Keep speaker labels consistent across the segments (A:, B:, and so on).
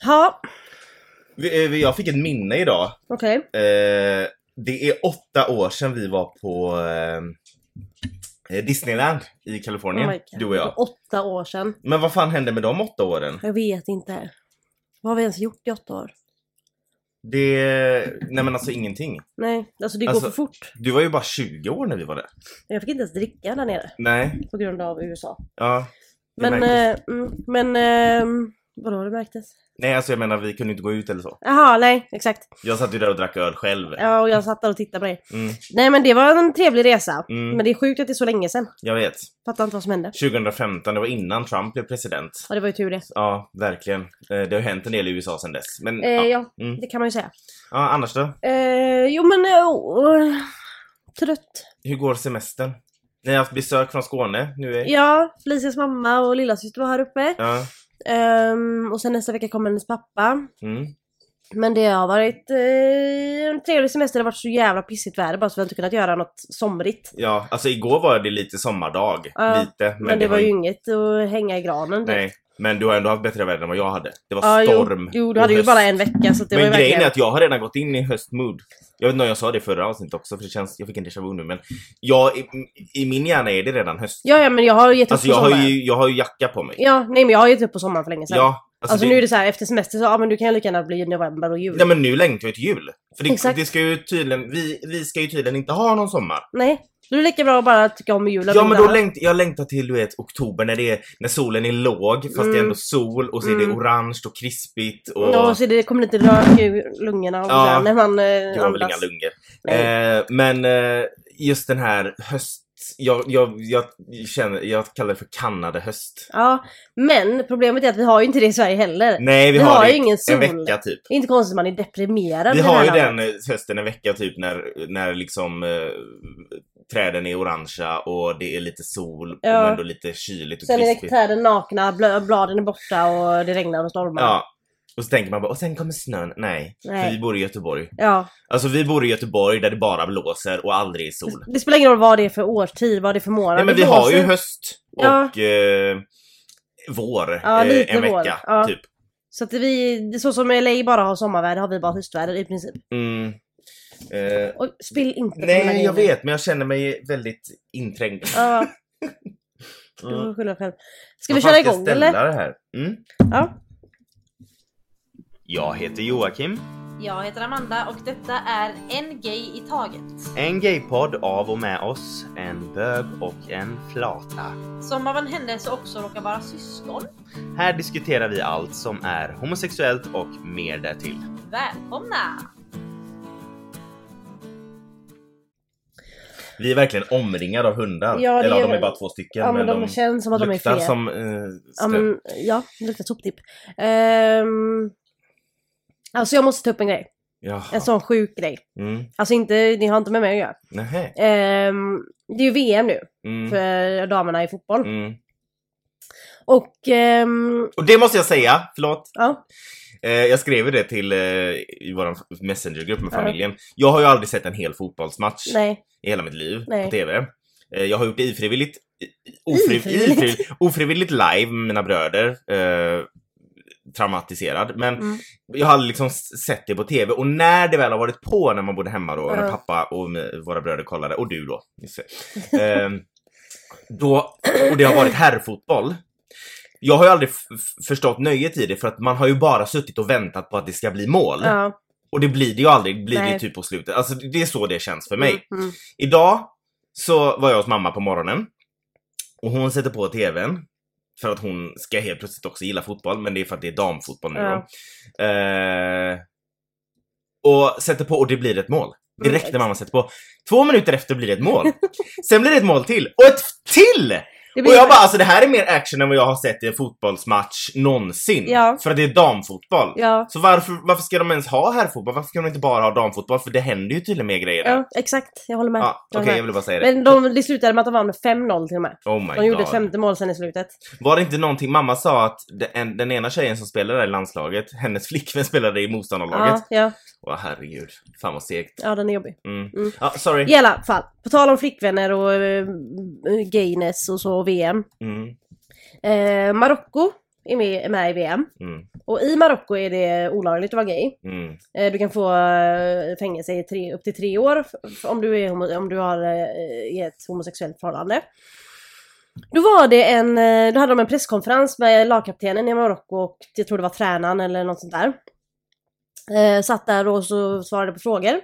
A: Ja,
B: Vi- eh, Jag fick ett minne idag.
A: okej.
B: Eh, det är åtta år sedan vi var på eh, Disneyland i Kalifornien,
A: Oh my God.
B: du och jag.
A: Åtta år sedan.
B: Men vad fan hände med de åtta åren?
A: Jag vet inte. Vad har vi ens gjort i åtta år?
B: Det... Nej men alltså ingenting.
A: Nej, alltså det går
B: Alltså-
A: för fort.
B: Du var ju bara 20 år när vi var där.
A: Jag fick inte ens dricka där nere
B: Nej.
A: på grund av USA.
B: Ja. det
A: Men,
B: märktes.
A: eh, mm, men, eh, vadå det märktes?
B: Nej alltså jag menar vi kunde inte gå ut eller så.
A: Jaha, nej, exakt.
B: Jag satt ju där och drack öl själv.
A: Ja, och jag satt där och tittade på dig.
B: Mm,
A: Nej men det var en trevlig resa.
B: Mm.
A: Men det är sjukt att det är så länge sedan.
B: jag vet.
A: Fattar inte vad som hände.
B: 2015, det var innan Trump blev president.
A: Ja, det var ju tur det.
B: Ja, verkligen. Eh, Det har ju hänt en del i USA sedan dess. Men
A: Eh,
B: ja. Ja.
A: ja,
B: Mm.
A: det kan man ju säga.
B: annars då?
A: Eh, jo men, eh, åh, trött.
B: Hur går semestern? Ni har haft besök från Skåne nu är...
A: Ja, Felicias mamma och lillasyster var här uppe.
B: Ja.
A: Ehm, och sen nästa vecka kommer hennes pappa.
B: Mm.
A: Men det har varit eh, en trevlig semester. Det har varit så jävla pissigt väder bara så vi har inte kunnat göra något somrigt.
B: Ja, alltså igår var det lite sommardag.
A: Ja,
B: lite.
A: Men, det, var ju inget att hänga i granen. typ.
B: Nej, men du har ändå haft bättre väder än vad jag hade. Det var
A: Ja,
B: storm.
A: Jo, jo, du
B: och
A: hade ju
B: höst.
A: bara en vecka så att det
B: men
A: var ju
B: grejen
A: verkligen...
B: är att jag har redan gått in i höstmood. Jag vet inte om jag sa det i förra avsnittet också för det känns, jag fick en déjà vu nu men jag, i, i min hjärna är det redan höst.
A: Ja, ja, men jag har ju gett upp
B: alltså
A: på
B: jag har,
A: sommaren.
B: ju, jag har ju jacka på mig.
A: Ja, nej men jag har gett upp på sommaren för länge sedan.
B: Ja,
A: alltså nu är det så här efter semester så, ja men du kan ju lika gärna bli november och jul.
B: Nej men nu längtar vi till jul. För det,
A: Exakt.
B: det ska ju tydligen, vi, vi ska ju tydligen inte ha någon sommar.
A: Nej, då är det lika bra att bara tycka om julen.
B: Ja
A: och
B: men
A: inte
B: då
A: annat.
B: längt, jag längtar till du vet oktober när, det är, när solen är låg fast det är
A: Mm.
B: ändå sol och så är det
A: Mm.
B: orange och krispigt och...
A: Ja, och så är det, det kommer lite rök ur lungorna och
B: Ja.
A: sådär när man
B: det
A: eh,
B: var väl
A: andas.
B: inga lungor.
A: Nej.
B: Eh, men eh, just den här höst... Jag, jag, jag, känner, jag kallar det för Kanadahöst.
A: Ja, men problemet är att vi har ju inte det i Sverige heller.
B: Nej vi,
A: Vi
B: har,
A: har
B: det
A: ju ingen sol.
B: en vecka typ.
A: Det är inte konstigt att man är deprimerad.
B: Vi
A: i det
B: har
A: här
B: ju
A: landet.
B: den eh, hösten en vecka typ när, när liksom eh, träden är orangea och det är lite sol
A: Ja.
B: men ändå lite kyligt och
A: Sen är
B: krispigt.
A: träden nakna, blö- bladen är borta och det regnar och stormar.
B: Ja. Och så tänker man bara, och sen kommer snön. Nej, för
A: Nej.
B: vi bor i Göteborg.
A: Ja.
B: Alltså vi bor i Göteborg där det bara blåser och aldrig är sol.
A: Det spelar ingen roll vad det är för årstid, vad det är för månad.
B: Nej men
A: Det
B: vi har ju
A: blåser.
B: höst och
A: Ja.
B: eh, vår
A: Ja,
B: eh,
A: lite
B: en
A: vår.
B: vecka
A: Ja.
B: typ.
A: Så att vi, det är så som LA bara har sommarväder har vi bara höstväder i princip.
B: Mm. Eh,
A: Och spill inte på mina
B: nej
A: grejer.
B: jag vet men jag känner mig väldigt inträngd.
A: Ja, du
B: Mm.
A: får skylla dig själv. Ska vi
B: Vad
A: köra
B: fan
A: igång
B: jag ställa
A: eller?
B: Det här? Mm.
A: Ja.
B: Jag heter Joakim.
A: Jag heter Amanda och detta är En Gay i Taget.
B: En gaypodd av och med oss, en bög och en flata.
A: Som av en händelse också råkar vara syskon.
B: Här diskuterar vi allt som är homosexuellt och mer därtill.
A: Välkomna!
B: Vi är verkligen omringade av hundar.
A: Ja, det
B: Eller
A: är
B: de är
A: väl-
B: bara två stycken
A: Ja men
B: men
A: de,
B: de
A: känns som att de är
B: luktar
A: fler.
B: som eh,
A: Ja,
B: strö.
A: men, ja, det luktar soptipp. Ehm, alltså jag måste ta upp en grej.
B: Jaha.
A: En sån sjuk grej.
B: Mm.
A: Alltså inte, ni har inte med mig att göra.
B: Nähä.
A: Ehm, det är ju VM nu
B: Mm.
A: för damerna i fotboll.
B: Mm.
A: Och ehm,
B: Och det måste jag säga, förlåt.
A: ja,
B: Eh, jag skrev ju det till eh, i vår messengergrupp med
A: Ja.
B: familjen. Jag har ju aldrig sett en hel fotbollsmatch
A: nej.
B: i hela mitt liv
A: Nej.
B: på TV. Eh, jag har gjort det ifrivilligt, i- ofri,
A: Ifrivilligt?
B: ifri, ofrivilligt live med mina bröder. Eh, traumatiserad. Men
A: Mm.
B: jag har aldrig liksom s- sett det på TV och när det väl har varit på när man bodde hemma då, när
A: Ja.
B: pappa och m- våra bröder kollade, och du då, just det. Ehm, då, och det har varit herrfotboll. Jag har ju aldrig f- f- förstått nöjet i det för att man har ju bara suttit och väntat på att det ska bli mål.
A: Ja,
B: Och det blir det ju aldrig, det blir det ju
A: Nej.
B: typ på slutet. Alltså det är så det känns för mig.
A: Mm, mm.
B: Idag så var jag hos mamma på morgonen och hon sätter på tvn för att hon ska helt plötsligt också gilla fotboll, men det är för att det är damfotboll nu då. Eh, och sätter på och det blir ett mål. Direkt när mamma sätter på. Två minuter efter blir det ett mål. Sen blir det ett mål till. Och ett till!
A: Det
B: Och
A: blir
B: jag bara alltså det här är mer action än vad jag har sett i en fotbollsmatch någonsin.
A: Ja.
B: För att det är damfotboll.
A: Ja,
B: Så varför, varför ska de ens ha herrfotboll? Varför kan de inte bara ha damfotboll? För det händer ju tydligen mer grejer där.
A: ja, exakt. Jag håller med.
B: Ja,
A: Jag håller
B: Okej,
A: med.
B: jag ville bara säga det.
A: Men de, det slutade med att de vann med 5-0 till och med.
B: Oh my
A: De gjorde
B: god.
A: ett femte mål sen i slutet.
B: Var det inte någonting, mamma sa att den, den ena tjejen som spelade där i landslaget, hennes flickvän spelade i motståndarlaget.
A: Ja, ja,
B: Åh herregud, fan vad segt.
A: ja, den är jobbig.
B: Mm.
A: Mm.
B: Ja, sorry.
A: I alla fall, på tal om flickvänner och eh, gayness och så och VM.
B: Mm.
A: Eh, Marocko är med, med i VM.
B: Mm.
A: Och i Marocko är det olagligt att vara gay.
B: Mm.
A: Eh, Du kan få eh, fängelse i tre, upp till tre år f- f- om du, är homo, om du har eh, i ett homosexuellt förhållande. Då var det en, eh, då hade de en presskonferens med lagkaptenen i Marocko och jag tror det var tränaren eller något sånt där. Eh, satt där och så svarade på frågor.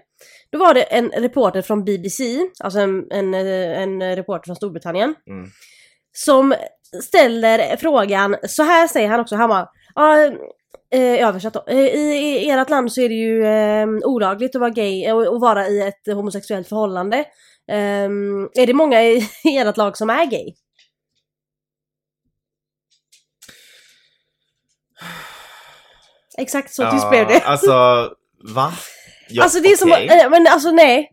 A: Då var det en reporter från BBC, alltså en, en, eh, en reporter från Storbritannien.
B: Mm.
A: Som ställer frågan, så här säger han också, han bara "Ja, Eh, översatt då. Eh, I, I ert land så är det ju eh, olagligt att vara gay eh, och, och vara i ett homosexuellt förhållande. Ehm, är det många i, i ert lag som är gay? Exakt så tyst blev det.
B: Alltså, va? Ja,
A: alltså det är som,
B: okej.
A: eh, men alltså nej.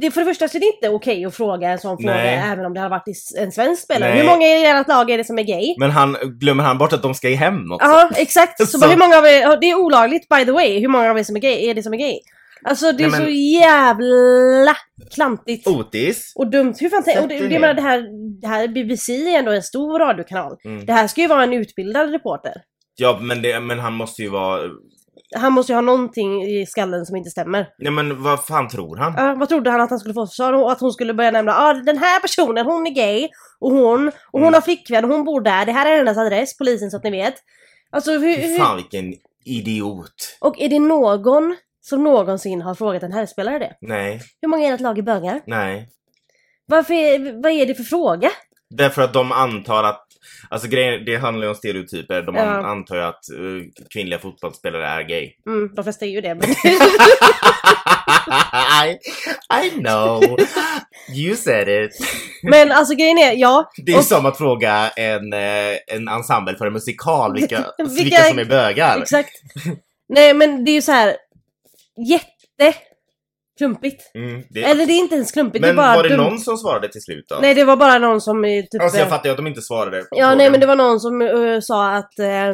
A: Det, för det första så är det inte okej att fråga en sån fråga
B: Nej.
A: även om det hade varit i s- en svensk spelare.
B: Nej.
A: Hur många i ert lag är det som är gay?
B: Men han, glömmer han bort att de ska hem också?
A: Ja, exakt. Så,
B: Alltså. Så-
A: bara, hur många av er, ja, det är olagligt by the way, hur många av er som är gay, är det som är gay? Alltså det är
B: Nej, men-
A: så jävla klantigt.
B: Otis?
A: Och dumt. Hur fan tänker...
B: Sätt
A: Och det,
B: dig
A: jag
B: ner.
A: menar det här, det här BBC är ändå en stor radiokanal.
B: Mm.
A: Det här ska ju vara en utbildad reporter.
B: Ja, men, det, men han måste ju vara...
A: Han måste ju ha någonting i skallen som inte stämmer.
B: Nej men vad fan tror han?
A: Ja, vad trodde han att han skulle få för svar? Och Att hon skulle börja nämna ah, den här personen, hon är gay och hon, och hon
B: Mm.
A: har flickvän och hon bor där, det här är hennes adress, polisen så att ni vet. Alltså hur,
B: Fy
A: hur,
B: fan vilken idiot.
A: Och är det någon som någonsin har frågat en herrspelare det?
B: Nej,
A: Hur många är ert lag i bögar?
B: nej.
A: Varför är, vad är det för fråga?
B: Därför att de antar att, alltså grejen, det handlar ju om stereotyper, de an-
A: Ja.
B: antar ju att eh, kvinnliga fotbollsspelare är gay.
A: Mm, de flesta är ju det. Men...
B: I, I know, you said it.
A: men alltså grejen är, ja.
B: Det är
A: Och-
B: som att fråga en, eh, en ensemble för en musikal vilka, vilka,
A: Vilka-
B: som är bögar.
A: Exakt. Nej men det är ju så här jätte klumpigt.
B: Mm, det,
A: Eller det är inte ens klumpigt,
B: men
A: det är bara
B: var det
A: dumt.
B: någon som svarade till slut då?
A: Nej det var bara någon som eh, typ...
B: alltså
A: eh,
B: jag fattar ju att de inte svarade. på
A: Ja, nej
B: frågan.
A: men det var någon som eh, sa att eh,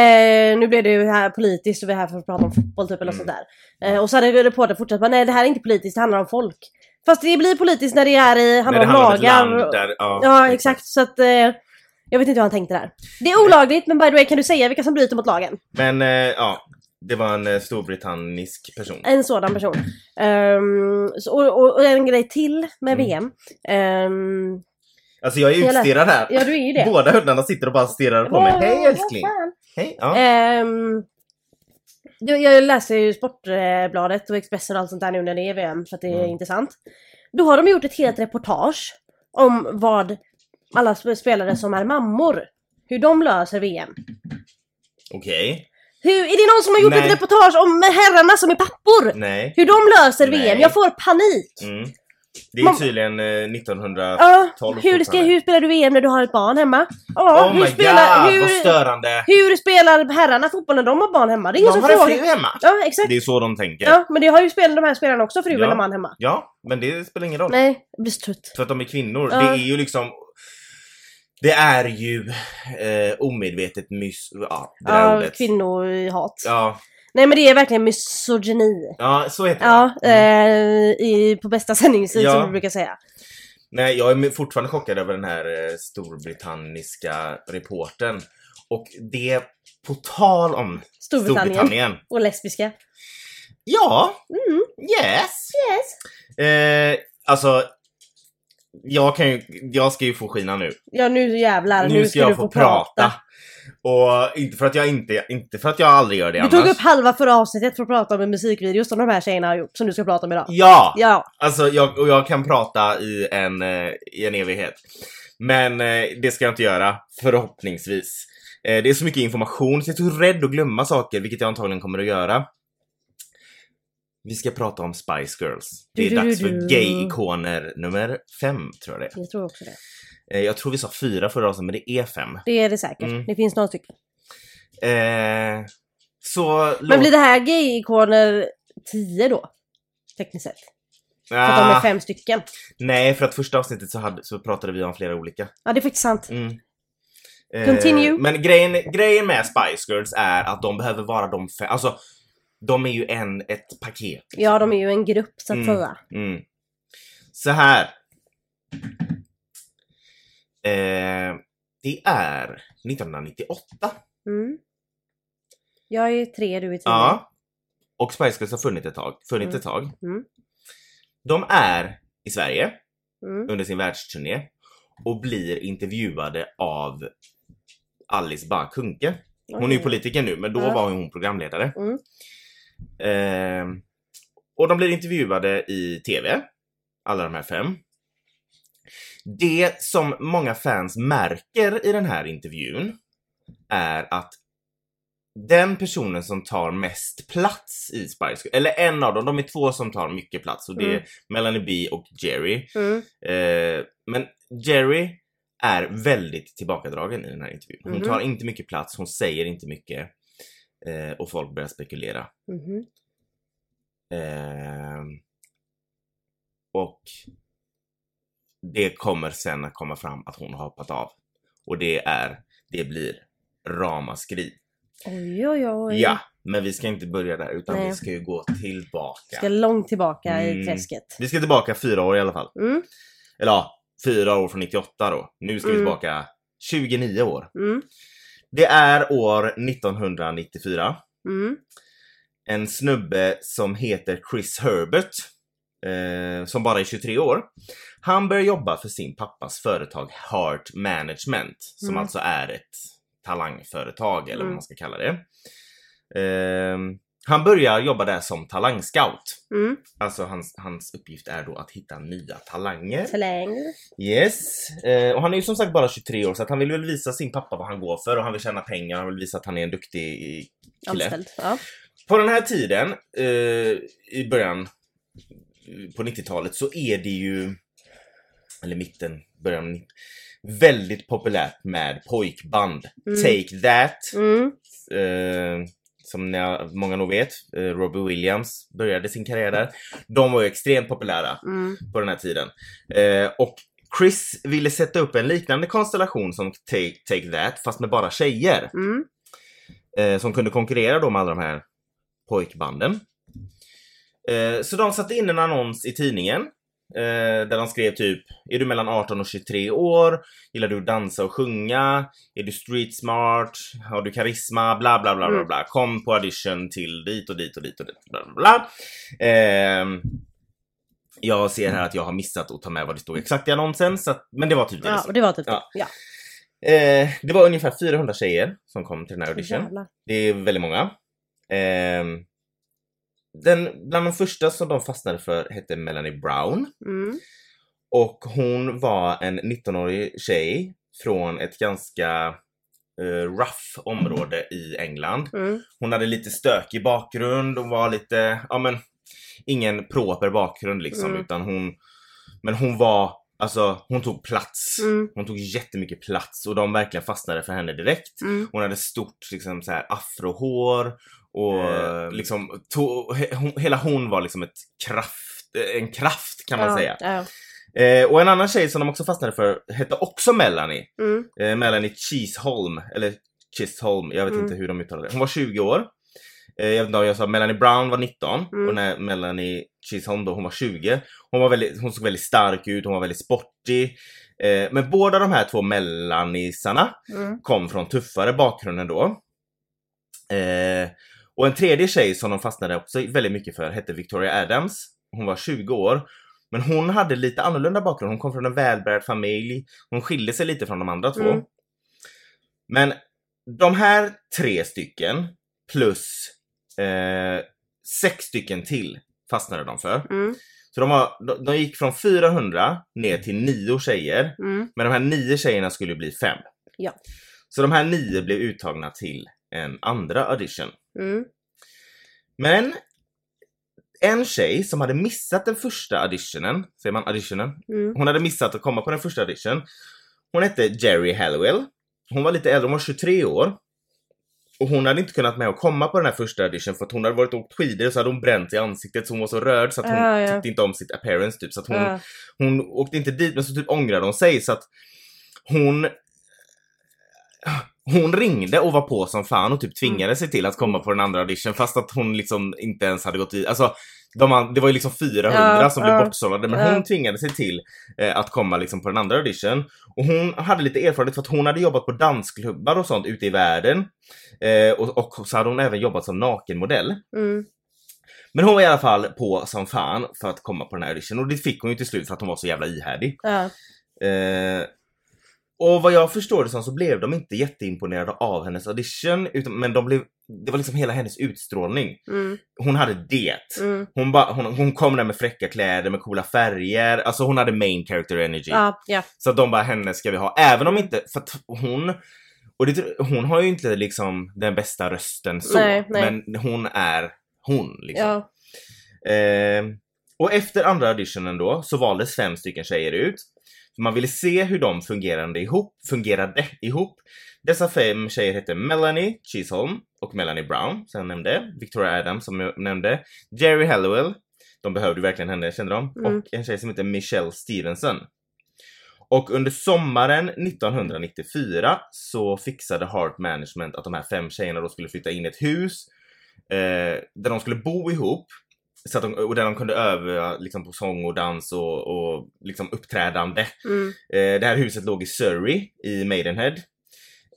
A: eh, nu blev det ju här politiskt och vi är här för att prata om fotboll typ eller
B: Mm.
A: sånt där. Eh, och så hade reportern fortsatt men nej det här är inte politiskt, det handlar om folk. Fast det blir politiskt när det är i,
B: Nej,
A: handlar om
B: det handlar om ett
A: lagar.
B: land
A: och-
B: där- ja,
A: ja exakt, så att eh, jag vet inte hur han tänkte där. Det är olagligt men by the way kan du säga vilka som bryter mot lagen?
B: Men eh, ja, det var en eh, storbritannisk person.
A: En sådan person. Ehm, så, och, och, och en grej till med
B: Mm.
A: VM. Ehm,
B: Alltså jag är
A: Hela-
B: utstirrad här.
A: ja du är ju det.
B: Båda hundarna sitter och bara stirrar på mig.
A: Vad-
B: Hej
A: vad
B: älskling!
A: fan?
B: Hej! Ja.
A: Ehm, jag, jag läser ju Sportbladet och Expressen och allt sånt där nu när det är VM för att det är
B: Mm.
A: intressant. Då har de gjort ett helt reportage om vad alla sp- spelare som är mammor, hur de löser VM.
B: Okej.
A: Hur, är det någon som har gjort
B: Nej.
A: ett reportage om herrarna som är pappor?
B: Nej.
A: Hur de löser
B: Nej.
A: VM? Jag får panik!
B: Mm. Det är
A: Man-
B: tydligen eh, 1900...
A: Ja,
B: Tolv
A: hur, ska,
B: fortfarande.
A: hur spelar du VM när du har ett barn hemma? Ja,
B: oh
A: hur,
B: my
A: spelar,
B: god
A: hur,
B: vad störande!
A: hur spelar herrarna fotboll när de har barn hemma? Det är ingen
B: Man
A: som
B: har en
A: frågar.
B: fru hemma!
A: Ja, exakt.
B: Det är så de tänker. Ja,
A: Ja, men det har ju spelat de här spelarna också, fru
B: Ja.
A: eller man hemma.
B: men det spelar ingen roll.
A: Nej, jag blir så trött.
B: För att de är kvinnor.
A: Ja.
B: Det är ju liksom... Det är ju eh, omedvetet mys... Ja, det där
A: Ja,
B: ordet.
A: kvinnohat.
B: Ja.
A: Nej men det är verkligen misogyni.
B: ja, så heter
A: Ja,
B: det. Mm.
A: eh, i, på bästa sändningstid
B: Ja.
A: som vi brukar säga.
B: Nej, jag är fortfarande chockad över den här eh, storbritanniska reporten. Och det, på tal om
A: Storbritannien.
B: Storbritannien.
A: Och lesbiska.
B: Ja,
A: Mm.
B: yes!
A: Yes.
B: Eh, alltså, jag, kan ju, jag ska ju få skina nu.
A: Ja nu jävlar,
B: nu
A: nu,
B: ska, jag
A: du
B: få prata. Och inte för att jag inte, inte för att jag aldrig gör
A: Du
B: det annars.
A: tog upp halva förra avsnittet för att prata om en musikvideo som de här tjejerna har gjort, som du ska prata om idag.
B: Ja!
A: Ja.
B: Alltså, jag, och jag kan prata i en, eh, i en evighet. Men eh, det ska jag inte göra, förhoppningsvis. Eh, det är så mycket information så jag är så rädd att glömma saker, vilket jag antagligen kommer att göra. Vi ska prata om Spice Girls. Det är
A: Du, du, du,
B: dags
A: du.
B: för gay-ikoner nummer fem, tror jag det
A: Jag tror också det.
B: är. Eh, jag tror vi sa fyra förra avsnittet, men det är fem.
A: Det är det säkert.
B: Mm.
A: Det finns några stycken.
B: Eh, så...
A: Men blir det här gay-ikoner 10 då? Tekniskt sett. För att
B: Ah.
A: de är fem stycken.
B: Nej, för att första avsnittet så, hade, så pratade vi om flera olika.
A: Ja, det är faktiskt sant.
B: Mm. Eh,
A: Continue.
B: men grejen, grejen med Spice Girls är att de behöver vara de fem, alltså de är ju en, ett paket.
A: Ja, de är ju en grupp så att
B: Liksom. Mm.
A: säga.
B: Mm. Så här. Eh, det 90 är 1998.
A: Mm. Jag är tre, du är tio.
B: Ja. Och Spice Girls har funnits ett tag. Funnits ett tag.
A: Mm.
B: De är i Sverige
A: Mm.
B: under sin världsturné och blir intervjuade av Alice Bah Kuhnke. Hon är ju politiker nu, men då
A: Ja.
B: var hon programledare.
A: Mm.
B: Ehm, och de blir intervjuade i TV, alla de här fem. Det som många fans märker i den här intervjun är att den personen som tar mest plats i Spice eller en av dem, de är två som tar mycket plats och det är
A: Mm.
B: Melanie B och Jerry.
A: Mm.
B: Eh, men Jerry är väldigt tillbakadragen i den här intervjun. Hon
A: Mhm.
B: tar inte mycket plats, hon säger inte mycket eh, och folk börjar spekulera.
A: Mhm.
B: Eh, och det kommer sen att komma fram att hon har hoppat av. Och det är, det blir ramaskri.
A: Oj, oj, oj.
B: Ja, men vi ska inte börja där utan
A: Nej.
B: vi ska ju gå tillbaka.
A: Ska långt tillbaka i
B: Mm.
A: träsket.
B: Vi ska tillbaka fyra år i alla fall.
A: Mm.
B: Eller ja, fyra år från 98 då. Nu ska vi
A: Mm.
B: tillbaka 29 år.
A: Mm.
B: Det är år 1994.
A: Mm.
B: En snubbe som heter Chris Herbert, eh, som bara är 23 år. Han börjar jobba för sin pappas företag Heart Management, som
A: Mm.
B: alltså är ett talangföretag eller vad
A: Mm.
B: man ska kalla det. Eh, han börjar jobba där som talangscout.
A: Mm.
B: Alltså hans, hans uppgift är då att hitta nya talanger.
A: Talang.
B: Yes. Eh, och han är ju som sagt bara 23 år så att han vill väl visa sin pappa vad han går för och han vill tjäna pengar han vill visa att han är en duktig kille.
A: Anställd. Ja.
B: På den här tiden, eh, i början eh, på 90-talet, så är det ju, eller mitten, början, av 90 väldigt populärt med pojkband.
A: Mm.
B: Take That,
A: Mm.
B: eh, som ni, många nog vet, eh, Robbie Williams började sin karriär där. De var ju extremt populära
A: Mm.
B: på den här tiden. Eh, och Chris ville sätta upp en liknande konstellation som Take, Take That, fast med bara tjejer.
A: Mm.
B: Eh, som kunde konkurrera då med alla de här pojkbanden. Eh, så de satte in en annons i tidningen. Eh, där de skrev typ, är du mellan 18 och 23 år? Gillar du att dansa och sjunga? Är du street smart? Har du karisma? Bla, bla, bla, bla,
A: Mm.
B: bla. Kom på audition till dit och dit och dit och dit. Bla, bla, bla. Ehm, jag ser här att jag har missat att ta med vad det stod exakt i annonsen, så att, men det var typ det. det
A: ja,
B: stod.
A: och det var typ
B: Ja.
A: det. Ja.
B: Eh, det var ungefär 400 tjejer som kom till den här audition.
A: Jävlar.
B: Det är väldigt många. Ehm, den, bland de första som de fastnade för hette Melanie Brown.
A: Mm.
B: Och hon var en 19-årig tjej från ett ganska eh, rough område i England.
A: Mm.
B: Hon hade lite stökig bakgrund och var lite, ja men, ingen proper bakgrund liksom
A: Mm.
B: utan hon, men hon var, alltså hon tog plats.
A: Mm.
B: Hon tog jättemycket plats och de verkligen fastnade för henne direkt.
A: Mm.
B: Hon hade stort liksom så här afrohår och
C: Eh,
B: liksom to- he- hon, hela hon var liksom ett kraft, en kraft kan man
A: ja.
B: säga.
A: Ja.
B: Eh, och en annan tjej som de också fastnade för hette också Melanie.
A: Mm.
B: Eh, Melanie Cheeseholm, eller Chisholm, jag vet
A: Mm.
B: inte hur de uttalar det. Hon var 20 år. Eh, jag vet inte om jag sa Melanie Brown var 19
A: Mm.
B: och när Melanie Chisholm då, hon var 20. Hon, var väldigt, hon såg väldigt stark ut, hon var väldigt sportig. Eh, men båda de här två Melanisarna
A: Mm.
B: kom från tuffare bakgrunden då. Eh, och en tredje tjej som de fastnade också väldigt mycket för hette Victoria Adams. Hon var 20 år. Men hon hade lite annorlunda bakgrund. Hon kom från en välbärgad familj. Hon skilde sig lite från de andra två.
A: Mm.
B: Men de här tre stycken plus eh, sex stycken till fastnade de för.
A: Mm.
B: Så de, var, de, de gick från 400 ner till nio tjejer.
A: Mm.
B: Men de här nio tjejerna skulle bli fem.
A: Ja.
B: Så de här nio blev uttagna till en andra audition.
A: Mm.
B: Men en tjej som hade missat den första auditionen, säger man auditionen?
A: Mm.
B: Hon hade missat att komma på den första audition. Hon hette Jerry Hallowell. Hon var lite äldre, hon var 23 år. Och hon hade inte kunnat med att komma på den här första audition för att hon hade varit och åkt skidor och så hade hon bränt i ansiktet så hon var så röd så att hon
A: Ah, Ja, Ah. ja.
B: tyckte inte om sitt appearance typ. Så att hon,
A: Ja.
B: hon åkte inte dit men så typ ångrade hon sig så att hon Hon ringde och var på som fan
A: Mm.
B: och typ tvingade sig till att komma på den andra audition fast att hon liksom inte ens hade gått i. Alltså, de, an- det var ju liksom 400
A: Ja,
B: som
A: ja.
B: blev bortsållade men
A: Ja.
B: hon tvingade sig till eh, att komma liksom på den andra audition. Och hon hade lite erfarenhet för att hon hade jobbat på dansklubbar och sånt ute i världen. Eh, och, och så hade hon även jobbat som nakenmodell.
A: Mm.
B: Men hon var i alla fall på som fan för att komma på den här audition och det fick hon ju till slut för att hon var så jävla ihärdig.
A: Ja.
B: Eh, och vad jag förstår det som så blev de inte jätteimponerade av hennes audition, utan, men de blev, det var liksom hela hennes utstrålning.
A: Mm.
B: Hon hade det.
A: Mm.
B: Hon, ba, hon, hon kom där med fräcka kläder, med coola färger, alltså hon hade main character energy.
A: Ja, ja.
B: Så att de bara, henne ska vi ha. Även om inte, för att hon, och det, tr- hon har ju inte liksom den bästa rösten så,
A: Nej, nej.
B: men hon är hon liksom.
A: ja.
B: Eh, och efter andra auditionen då så valdes fem stycken tjejer ut. För Man ville se hur de fungerade ihop, fungerade ihop. Dessa fem tjejer hette Melanie Chisholm och Melanie Brown, som jag nämnde. Victoria Adams, som jag nämnde. Jerry Hallowell, de behövde ju verkligen henne, kände de.
A: Mm.
B: Och en tjej som hette Michelle Stevenson. Och under sommaren 1994 så fixade Heart Management att de här fem tjejerna då skulle flytta in i ett hus eh, där de skulle bo ihop så att de, och där de kunde öva liksom, på sång och dans och, och liksom, uppträdande.
A: Mm.
B: Eh, det här huset låg i Surrey i Maidenhead.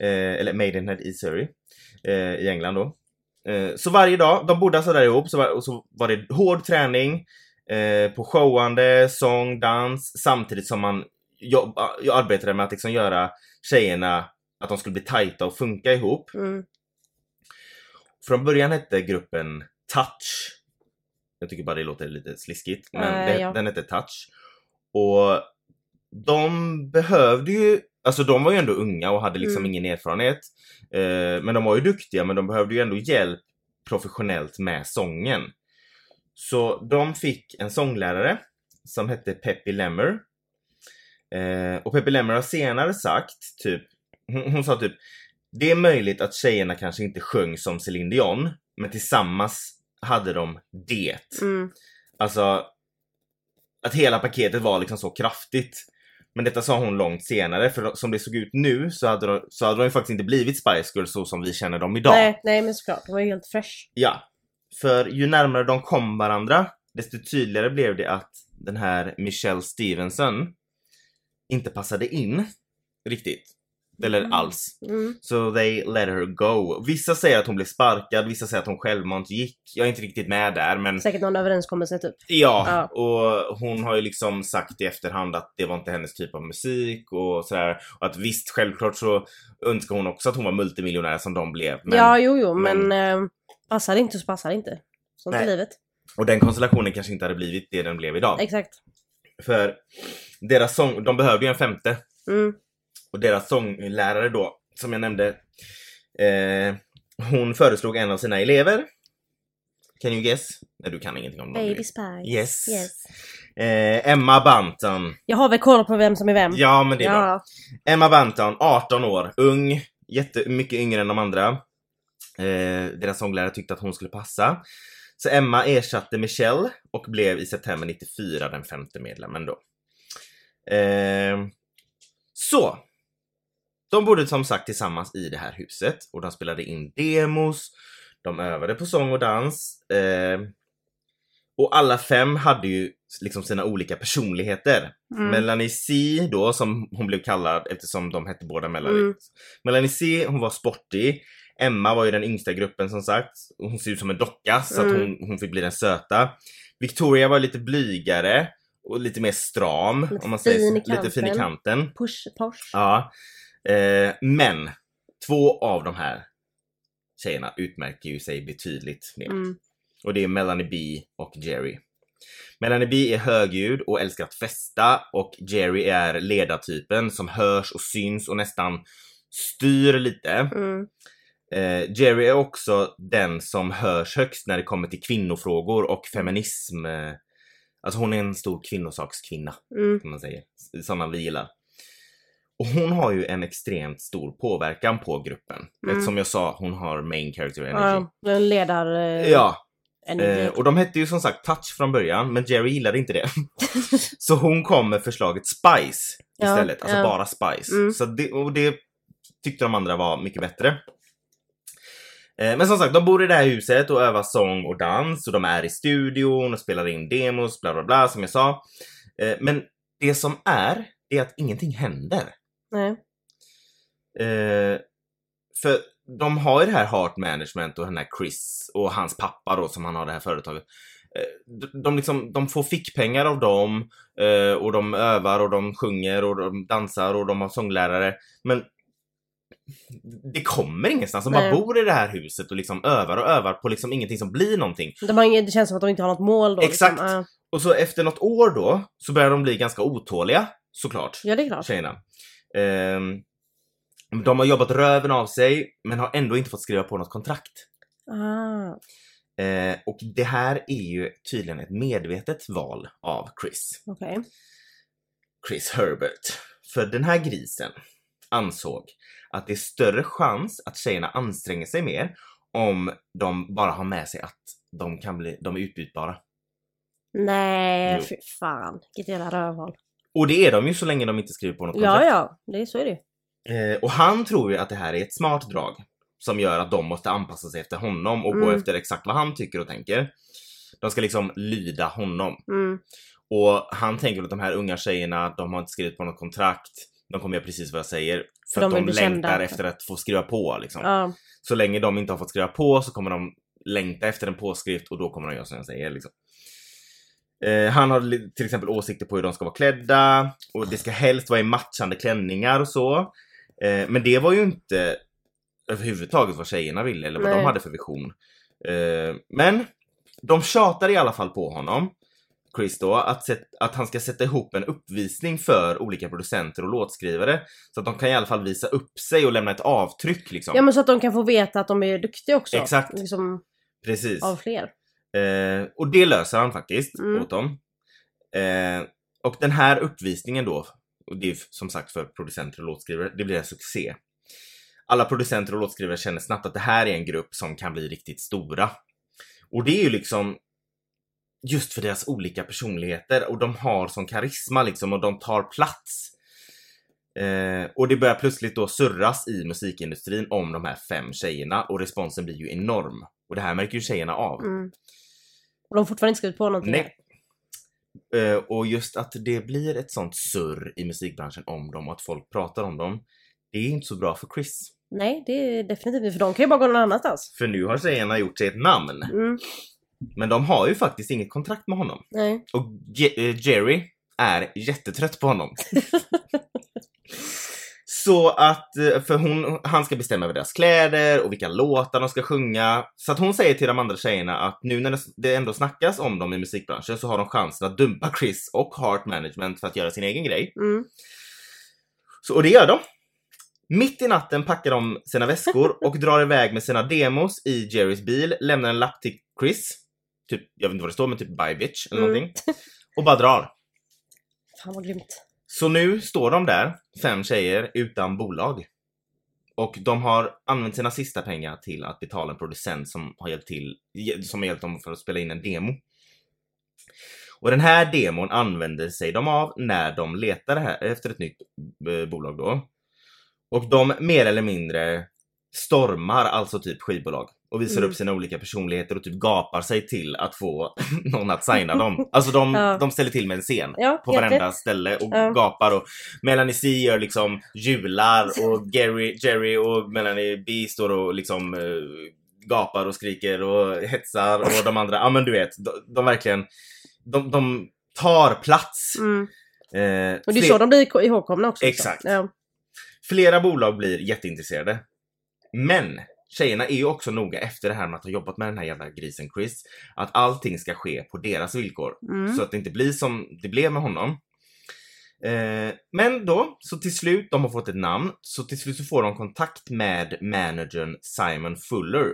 B: Eh, eller Maidenhead i Surrey. Eh, I England då. Eh, så varje dag, de bodde alltså där ihop, så var, och så var det hård träning eh, på showande, sång, dans samtidigt som man jobba, jag arbetade med att liksom göra tjejerna, att de skulle bli tajta och funka ihop.
A: Mm.
B: Från början hette gruppen Touch. Jag tycker bara det låter lite sliskigt, men
A: Eh,
B: det,
A: ja.
B: den hette Touch. Och de behövde ju, alltså de var ju ändå unga och hade liksom
A: Mm.
B: ingen erfarenhet. Eh, men de var ju duktiga, men de behövde ju ändå hjälp professionellt med sången. Så de fick en sånglärare som hette Peppy Lemmer. Eh, och Peppy Lemmer har senare sagt, typ, hon, hon sa typ det är möjligt att tjejerna kanske inte sjöng som Celine Dion, men tillsammans hade de det.
A: Mm.
B: Alltså, att hela paketet var liksom så kraftigt. Men detta sa hon långt senare, för som det såg ut nu så hade de, så hade de ju faktiskt inte blivit Spice Girls så som vi känner dem idag.
A: Nej, nej men såklart, det var ju helt fresh.
B: Ja. För ju närmare de kom varandra, desto tydligare blev det att den här Michelle Stevenson inte passade in riktigt. Eller
A: Mm.
B: alls.
A: Mm.
B: So they let her go. Vissa säger att hon blev sparkad, vissa säger att hon självmant gick. Jag är inte riktigt med där men
A: Säkert någon överenskommelse typ.
B: ja.
A: Ja.
B: Och hon har ju liksom sagt i efterhand att det var inte hennes typ av musik och sådär. Och att visst, självklart så önskar hon också att hon var multimiljonär som de blev. Men...
A: ja, jo, jo, men,
B: men-
A: eh, passar det inte så passar det inte. Sånt är
B: Nej.
A: livet.
B: Och den konstellationen kanske inte hade blivit det den blev idag.
A: Exakt.
B: För deras sång, de behövde ju en femte.
A: Mm.
B: Och deras sånglärare då, som jag nämnde, eh, hon föreslog en av sina elever. Can you guess? Nej, du kan ingenting om dem.
A: Baby Spice.
B: Yes.
A: yes.
B: Eh, Emma Banton.
A: Jag har väl koll på vem som är vem.
B: Ja, men det är bra.
A: ja.
B: Emma Banton, 18 år, ung, jättemycket yngre än de andra. Eh, deras sånglärare tyckte att hon skulle passa. Så Emma ersatte Michelle och blev i september 94 den femte medlemmen då. Eh, så. De bodde som sagt tillsammans i det här huset och de spelade in demos, de övade på sång och dans. Eh, och alla fem hade ju liksom sina olika personligheter.
A: Mm.
B: Melanie C då, som hon blev kallad eftersom de hette båda Melanie.
A: Mm.
B: Melanie C, hon var sportig. Emma var ju den yngsta gruppen som sagt. Och Hon ser ut som en docka så att
A: Mm.
B: hon, hon fick bli den söta. Victoria var lite blygare och lite mer stram.
A: Lite
B: om man säger,
A: fin i
B: så. lite fin i
A: kanten.
B: kanten.
A: Push, push.
B: Ja. Eh, men två av de här tjejerna utmärker ju sig betydligt mer.
A: Mm.
B: Och det är Melanie B och Jerry. Melanie B är högljudd och älskar att festa och Jerry är ledartypen som hörs och syns och nästan styr lite.
A: Mm.
B: Eh, Jerry är också den som hörs högst när det kommer till kvinnofrågor och feminism. Eh, Alltså hon är en stor kvinnosakskvinna
A: Mm.
B: som man säger. Sådana vi gillar. Och hon har ju en extremt stor påverkan på gruppen.
A: Mm.
B: Eftersom jag sa, hon har main character energy.
A: Ja, den ledar... Eh,
B: Ja,
A: energi.
B: Eh, och de hette ju som sagt Touch från början, men Jerry gillade inte det. så hon kom med förslaget Spice
A: Ja,
B: istället, alltså
A: ja.
B: bara Spice.
A: Mm.
B: Så det, och det Tyckte de andra var mycket bättre. Eh, Men som sagt, de bor i det här huset och övar sång och dans och de är i studion och spelar in demos, bla bla bla, som jag sa. Eh, Men det som är, det är att ingenting händer.
A: Nej.
B: Eh, för de har ju det här Heart Management och den här Chris och hans pappa då som han har det här företaget. Eh, de- De, liksom, de får fickpengar av dem eh, och de övar och de sjunger och de dansar och de har sånglärare. Men det kommer ingenstans. De bara
A: Nej.
B: bor i det här huset och liksom övar och övar på liksom ingenting som blir någonting.
A: De har ingen, det känns som att de inte har något mål då.
B: Exakt.
A: Liksom. Ja.
B: Och så efter något år då så börjar de bli ganska otåliga såklart
A: Ja, det är klart.
B: tjejerna. Ehm, de har jobbat röven av sig men har ändå inte fått skriva på något kontrakt.
A: Ah.
B: Eh, och det här är ju tydligen ett medvetet val av Chris.
A: Okej.
B: Chris Herbert. För den här grisen ansåg att det är större chans att tjejerna anstränger sig mer om de bara har med sig att de, kan bli, de är utbytbara.
A: Nej,
B: Jo.
A: fy fan. Vilket jävla rövhål.
B: Och det är de ju så länge de inte skriver på något
A: Ja,
B: kontrakt.
A: ja. Det är, så är det ju.
B: Eh, och han tror ju att det här är ett smart drag som gör att de måste anpassa sig efter honom och gå
A: Mm.
B: efter exakt vad han tycker och tänker. De ska liksom lyda honom.
A: Mm.
B: Och han tänker att de här unga tjejerna, de har inte skrivit på något kontrakt. De kommer göra precis vad jag säger. För
A: de
B: att de
A: vill bli kända.
B: längtar efter att få skriva på liksom.
A: Ja.
B: Så länge de inte har fått skriva på så kommer de längta efter en påskrift och då kommer de göra som jag säger liksom. Eh, han har li- till exempel åsikter på hur de ska vara klädda och det ska helst vara i matchande klänningar och så. Eh, men det var ju inte överhuvudtaget vad tjejerna ville eller vad de
A: Nej.
B: hade för vision. Eh, men de tjatar i alla fall på honom, Chris då, att, sätt, att han ska sätta ihop en uppvisning för olika producenter och låtskrivare så att de kan i alla fall visa upp sig och lämna ett avtryck liksom.
A: ja, men så att de kan få veta att de är duktiga också.
B: Exakt.
A: Liksom,
B: Precis.
A: av fler.
B: Eh, och det löser han faktiskt
A: Mm.
B: åt dem. Eh, och den här uppvisningen då, och det är f- som sagt för producenter och låtskrivare, det blir en succé. Alla producenter och låtskrivare känner snabbt att det här är en grupp som kan bli riktigt stora. Och det är ju liksom just för deras olika personligheter och de har sån karisma liksom och de tar plats. Eh, och det börjar plötsligt då surras i musikindustrin om de här fem tjejerna och responsen blir ju enorm. Och det här märker ju tjejerna av.
A: Mm. Och de har fortfarande inte skrivit på någonting.
B: Nej. Eh, och just att det blir ett sånt surr i musikbranschen om dem och att folk pratar om dem. Det är inte så bra för Chris.
A: Nej, det är definitivt inte, för de kan ju bara gå någon annanstans.
B: För nu har tjejerna gjort sig ett namn.
A: Mm.
B: Men de har ju faktiskt inget kontrakt med honom.
A: Nej.
B: Och Je- eh, Jerry är jättetrött på honom. Så att, eh, för hon, han ska bestämma över deras kläder och vilka låtar de ska sjunga. Så att hon säger till de andra tjejerna att nu när det- det ändå snackas om dem i musikbranschen så har de chansen att dumpa Chris och Heart Management för att göra sin egen grej.
A: Mm.
B: Så, och det gör de. Mitt i natten packar de sina väskor och drar iväg med sina demos i Jerrys bil, lämnar en lapp till Chris. Typ, jag vet inte vad det står, men typ bye bitch eller
A: Mm.
B: någonting. Och bara drar.
A: Fan vad grymt.
B: Så nu står de där, fem tjejer, utan bolag. Och de har använt sina sista pengar till att betala en producent som har hjälpt, till, som har hjälpt dem för att spela in en demo. Och den här demon använder sig de av när de letar här, efter ett nytt eh, bolag då. Och de mer eller mindre stormar alltså typ skivbolag och visar
A: Mm.
B: upp sina olika personligheter och typ gapar sig till att få någon att signa dem. Alltså de,
A: Ja.
B: de ställer till med en scen
A: Ja,
B: på
A: helt
B: varenda
A: rätt.
B: ställe och
A: Ja.
B: gapar och Melanie C gör liksom jular och Gary, Jerry och Melanie B står och liksom eh, gapar och skriker och hetsar och de andra, ja men du vet, de, de verkligen, de, de tar plats.
A: Mm.
B: Eh,
A: Och det är
B: fler-
A: så de blir ko- ihågkomna också. liksom.
B: Exakt.
A: Ja.
B: Flera bolag blir jätteintresserade. Men tjejerna är ju också noga efter det här med att ha jobbat med den här jävla grisen Chris, att allting ska ske på deras villkor.
A: Mm.
B: Så att det inte blir som det blev med honom. Eh, men då, så till slut, de har fått ett namn, så till slut så får de kontakt med managern Simon Fuller.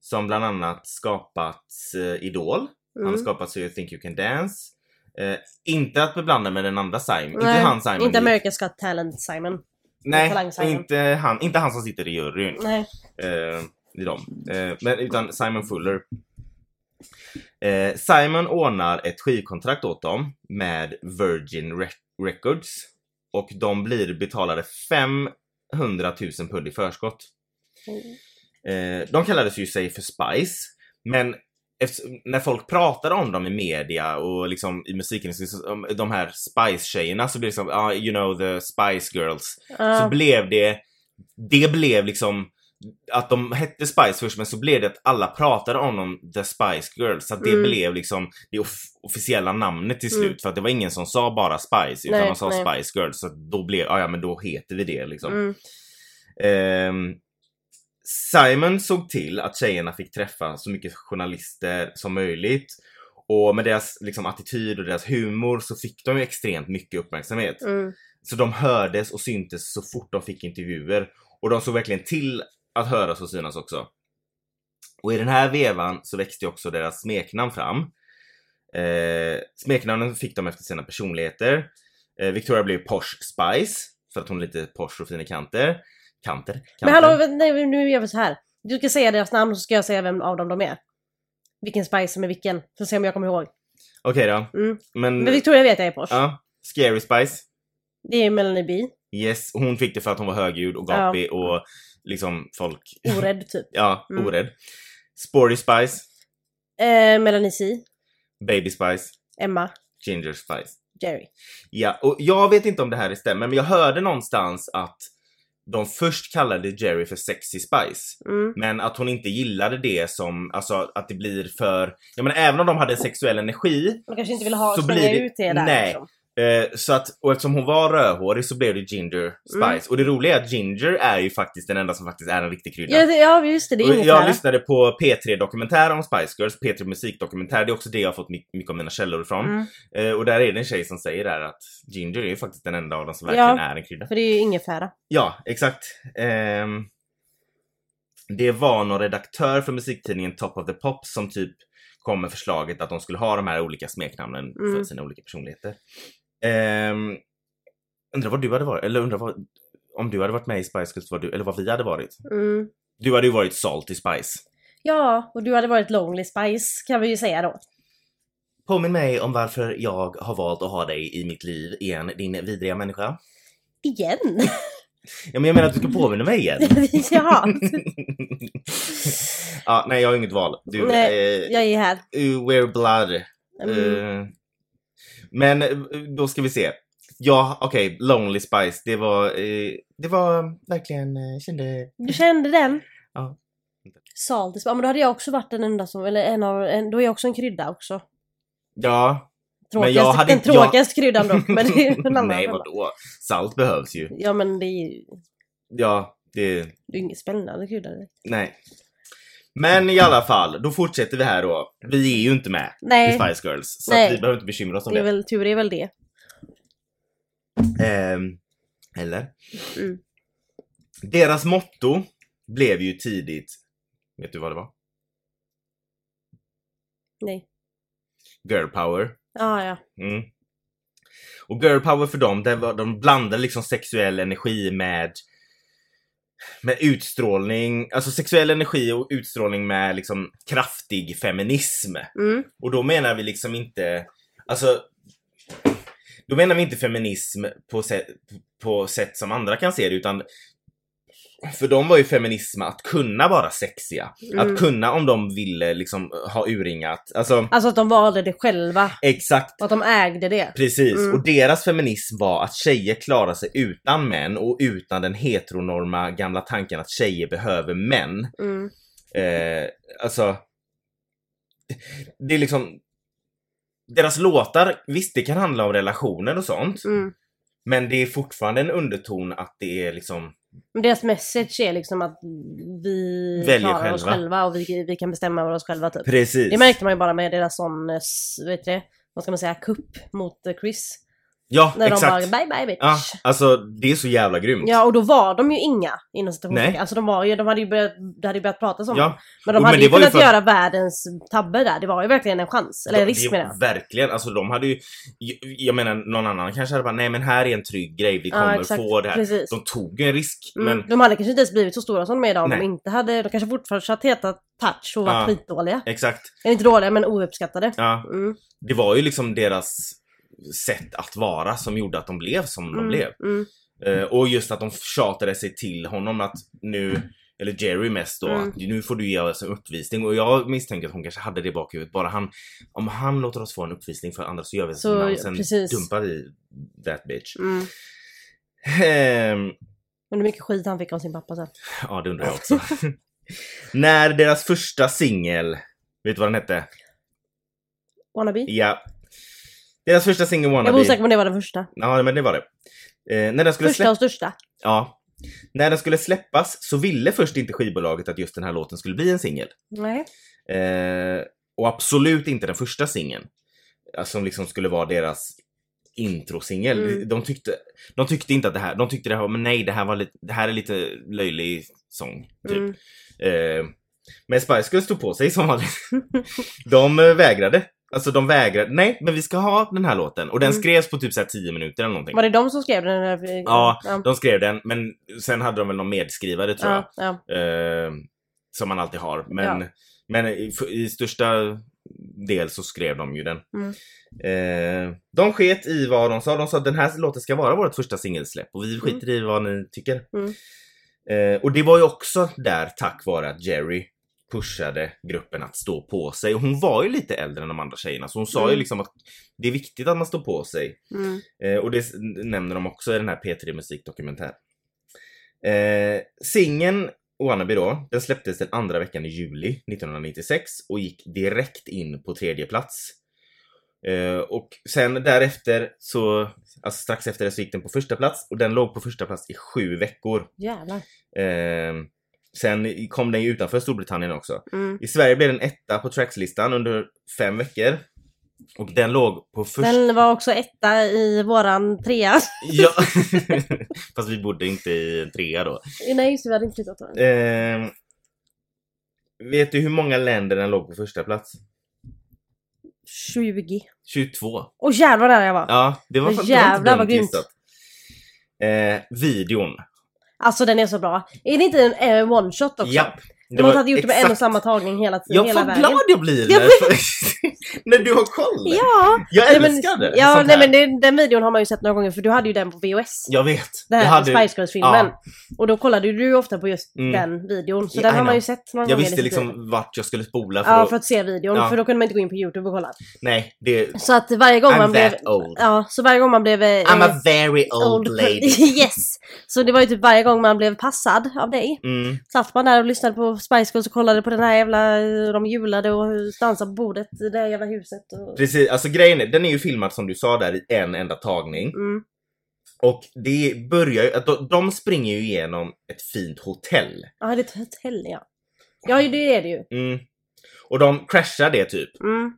B: Som bland annat skapat eh, Idol, han
A: Mm.
B: har skapat So You Think You Can Dance. Eh, inte att beblanda med den andra Simon, inte
A: Nej,
B: han Simon.
A: Inte
B: Lee.
A: America's Got Talent Simon.
B: Nej,
A: Talang Simon.
B: inte han, inte han som sitter i juryn
A: Nej.
B: eh, i dem. Eh, men utan Simon Fuller. Eh, Simon ordnar ett skivkontrakt åt dem med Virgin Re- Records och de blir betalade fem 100 000 pund i förskott. Eh, de kallades ju sig för Spice, men efter, när folk pratade om dem i media och liksom i musikindustrin, så- om de här Spice-tjejerna så blev det liksom, ah, you know the Spice Girls. Så
A: Ja.
B: blev det, det blev liksom att de hette Spice först men så blev det att alla pratade om dem, The Spice Girls. Så att det
A: Mm.
B: blev liksom det off- officiella namnet till
A: Mm.
B: slut. För att det var ingen som sa bara Spice utan
A: Nej,
B: de sa
A: nej.
B: Spice Girls. Så att då blev, ah, ja men då heter vi det liksom.
A: Mm.
B: Ehm, Simon såg till att tjejerna fick träffa så mycket journalister som möjligt. Och med deras liksom, attityd och deras humor så fick de ju extremt mycket uppmärksamhet.
A: Mm.
B: Så de hördes och syntes så fort de fick intervjuer. Och de såg verkligen till att höras och synas också. Och i den här vevan så växte ju också deras smeknamn fram. Eh, smeknamnen fick de efter sina personligheter. Eh, Victoria blev Posh Spice, för att hon är lite posh och fin i kanter. Kanter? kanter.
A: Men hallå, nej, nu gör vi så här. Du ska säga deras namn och så ska jag säga vem av dem de är. Vilken Spice som är vilken. För att se om jag kommer ihåg.
B: Okej då.
A: Mm.
B: Men...
A: Men Victoria vet jag är Porsche.
B: ja, Scary Spice.
A: Det är ju Melanie B.
B: Yes, hon fick det för att hon var högljudd och gapig och liksom folk...
A: Orädd typ.
B: Ja,
A: Mm.
B: orädd. Sporty Spice.
A: Eh, Melanie C.
B: Baby Spice.
A: Emma.
B: Ginger Spice.
A: Jerry.
B: Ja, och jag vet inte om det här stämmer, men jag hörde någonstans att de först kallade Jerry för Sexy Spice.
A: Mm.
B: Men att hon inte gillade det som, alltså att det blir för, jag menar även om de hade sexuell energi,
A: De kanske inte vill ha
B: Så
A: slänga
B: blir det-
A: ut det där.
B: nej.
A: Liksom.
B: eh, så att, och eftersom hon var rödhårig så blev det Ginger Spice.
A: Mm.
B: Och det roliga är att Ginger är ju faktiskt den enda som faktiskt är en riktig krydda.
A: Ja, det- ja just det, det är
B: Och
A: inget
B: jag
A: nära.
B: lyssnade på P3 Dokumentär om Spice Girls, P3 Musikdokumentär, det är också det jag har fått my- mycket av mina källor ifrån.
A: Mm.
B: Eh, och där är det en tjej som säger där att Ginger är ju faktiskt den enda av dem som
A: Ja.
B: verkligen är en krydda.
A: För det är ju ingefära.
B: Ja, exakt. Ehm, det var någon redaktör för musiktidningen Top of the Pop som typ kom med förslaget att de skulle ha de här olika smeknamnen för
A: Mm.
B: sina olika personligheter. Ehm, undrar vad du hade varit, eller undrar vad, om du hade varit med i Spice Girls, vad du, eller vad vi hade varit.
A: Mm.
B: Du hade ju varit Salty Spice.
A: Ja, och du hade varit Lonely Spice kan vi ju säga då.
B: Påminn mig om varför jag har valt att ha dig i mitt liv igen, din vidriga människa.
A: Igen?
B: Ja, men jag menar att du ska påminna mig igen.
A: ja,
B: ja, nej, jag har inget val. Du,
A: Nej,
B: eh,
A: jag är här.
B: You wear blood.
A: Mm.
B: Eh, men eh, då ska vi se. Ja, okej, Lonely Spice, det var, eh, det var verkligen, eh, kände,
A: Du kände den?
B: Ja.
A: Salt. Ja men då hade jag också varit den enda som, eller en av, en, då är jag också en krydda också.
B: ja.
A: Tråkigast,
B: jag hade
A: den
B: inte- jag-
A: tråkigaste kryddan dock. Men det är ju en annan.
B: nej,
A: femma.
B: vadå? Salt behövs ju.
A: Ja men det är ju,
B: Ja, det,
A: det är ju inget spännande krydda.
B: nej. Men i alla fall, då fortsätter vi här då. Vi är ju inte med i
A: Nej,
B: Spice Girls, så
A: Nej.
B: att vi behöver inte bekymra oss om
A: det
B: det.
A: är väl, tur är väl det.
B: Ehm, eller?
A: Mm.
B: Deras motto blev ju tidigt, vet du vad det var?
A: Nej.
B: Girl power.
A: Ja, ja.
B: Mm. Och girl power för dem, det var, de blandade liksom sexuell energi med, med utstrålning, alltså sexuell energi och utstrålning med liksom kraftig feminism.
A: Mm.
B: Och då menar vi liksom inte, alltså, då menar vi inte feminism på, sä- på sätt som andra kan se det, utan för dem var ju feminism att kunna vara sexiga.
A: Mm.
B: Att kunna om de ville liksom ha urringat. Alltså,
A: Alltså att de valde det själva.
B: exakt.
A: Och att de ägde det.
B: Precis,
A: Mm.
B: och deras feminism var att tjejer klarar sig utan män och utan den heteronorma gamla tanken att tjejer behöver män.
A: Mm.
B: Eh, alltså, det är liksom... Deras låtar, visst det kan handla om relationer och sånt,
A: Mm.
B: men det är fortfarande en underton att det är liksom...
A: Men deras message är liksom att vi
B: Väljer
A: klarar oss
B: själva.
A: själva och vi, vi kan bestämma över oss själva typ.
B: Precis.
A: Det märkte man ju bara med deras sån, eh, s- vet du det, vad ska man säga, kupp mot eh, Chris.
B: Ja,
A: När
B: exakt.
A: de bara bye bye bitch.
B: Ja, alltså det är så jävla grymt.
A: Ja och då var de ju inga inom
B: Nej.
A: citationstecken. Alltså de var ju, de hade ju börjat, det hade ju börjat pratas om
B: Ja,
A: dem. Men de
B: och
A: hade
B: men
A: ju
B: det var ju
A: kunnat
B: för-
A: göra världens tabbe där. Det var ju verkligen en chans. Eller en
B: De-
A: risk
B: det-
A: menar jag.
B: Verkligen, alltså de hade ju, jag- jag menar någon annan kanske hade bara, nej men här är en trygg grej, vi
A: Ja,
B: kommer
A: exakt.
B: få det här.
A: Precis.
B: De tog ju en risk,
A: Mm,
B: men
A: De hade kanske inte ens blivit så stora som de är idag om de
B: Nej.
A: inte hade, de kanske fortfarande heta Touch och varit
B: Ja.
A: skitdåliga.
B: exakt.
A: Eller inte dåliga men ouppskattade.
B: Ja,
A: Mm,
B: det var ju liksom deras sätt att vara som gjorde att de blev som de
A: mm,
B: blev.
A: Mm.
B: Eh, och just att de tjatade sig till honom att nu, eller Jerry mest då,
A: Mm.
B: att nu får du ge oss en uppvisning. Och jag misstänker att hon kanske hade det i bakhuvudet. Bara han, om han låter oss få en uppvisning för andra så gör vi
A: Så,
B: så, sen
A: precis.
B: dumpar vi that bitch.
A: Mm.
B: Ehm,
A: Undrar hur mycket skit han fick av sin pappa sen.
B: ja, det undrar jag också. När deras första singel, vet du vad den hette?
A: Wannabe?
B: Ja. Deras första singel
A: Jag var
B: Wannabe.
A: osäker på om det var den första.
B: Ja, men det var det. Eh, när den skulle
A: Första
B: släppas,
A: och största.
B: ja. När den skulle släppas så ville först inte skivbolaget att just den här låten skulle bli en singel.
A: Nej.
B: Eh, och absolut inte den första singeln. eh, Som liksom skulle vara deras introsingel.
A: Mm.
B: De, tyckte, de tyckte inte att det här, de tyckte det här var, men nej det här var lite, det här är lite löjlig sång. Typ.
A: Mm.
B: Eh, men Spice Girls stod på sig som vanligt. De eh, vägrade. Alltså de vägrade, nej men vi ska ha den här låten. Och den
A: Mm.
B: skrevs på typ såhär 10 minuter eller någonting.
A: Var det de som skrev den? Här?
B: Ja, De skrev den, men sen hade de väl någon medskrivare tror jag.
A: ja, ja.
B: Eh, som man alltid har. Men,
A: Ja.
B: men i, i största del så skrev de ju den.
A: Mm.
B: Eh, de sket i vad de sa. De sa att den här låten ska vara vårt första singelsläpp och vi skiter i vad ni tycker.
A: Mm.
B: Eh, och det var ju också där tack vare att Jerry pushade gruppen att stå på sig. Och hon var ju lite äldre än de andra tjejerna så hon sa ju
A: Mm.
B: liksom att det är viktigt att man står på sig.
A: Mm.
B: Eh, och det s- nämner de också i den här P3 musikdokumentär. Eh, singeln Wannabe då, den släpptes den andra veckan i juli 1996 och gick direkt in på tredje plats. Eh, och sen därefter så, alltså strax efter det så gick den på första plats och den låg på första plats i sju veckor.
A: Jävlar.
B: Eh, sen kom den ju utanför Storbritannien också.
A: Mm.
B: I Sverige blev den etta på trackslistan under fem veckor. Och den låg på första...
A: Den var också etta i våran trea.
B: Ja. Fast vi bodde inte i en trea då.
A: Nej just det, vi hade inte flyttat då.
B: Eh, vet du hur många länder den låg på första plats?
A: 20.
B: 22.
A: Åh jävlar där jag var.
B: Ja, det var,
A: Men
B: fan- det var inte
A: jävlar vad
B: dumt
A: grymt.
B: gissat. Eh, videon.
A: Alltså den är så bra. Är det inte en eh, one shot också?
B: Japp.
A: De har tagit gjort det med en och samma tagning hela, tiden-
B: Jag
A: hela
B: får
A: vägen.
B: glad jag blir
A: Jag
B: när, när du har koll.
A: Ja!
B: Jag
A: Nej, men-
B: älskar det.
A: Ja,
B: sånt
A: nej
B: här.
A: men den, den videon har man ju sett några gånger för du hade ju den på VHS.
B: Jag vet.
A: Den
B: jag
A: här
B: hade,
A: Spice Girls-filmen.
B: Ja.
A: Och då kollade ju du ju ofta på just
B: Mm.
A: den videon. Så
B: Ja,
A: den har
B: I
A: man
B: know.
A: ju sett några
B: jag
A: gånger. i
B: visste
A: sitt liv.
B: liksom vart jag skulle spola för,
A: Ja,
B: att,
A: för att se videon.
B: Ja.
A: För då kunde man inte gå in på YouTube och kolla.
B: Nej, det...
A: Så att varje gång man
B: I'm
A: blev...
B: that old.
A: Ja, så varje gång man blev... eh,
B: I'm a very old lady.
A: yes! Så det var ju typ varje gång man blev passad av dig.
B: Mm.
A: Satt man där och lyssnade på Spice Girls och kollade på den här jävla... hur De julade och hur- dansade på bordet i det här jävla huset. Och...
B: Precis, alltså grejen är, den är ju filmad som du sa där i en enda tagning.
A: Mm.
B: Och det börjar ju, att de, de springer ju igenom ett fint hotell.
A: Ja, det är ett hotell ja. Ja, det är det ju.
B: Mm. Och de kraschar det typ.
A: Mm.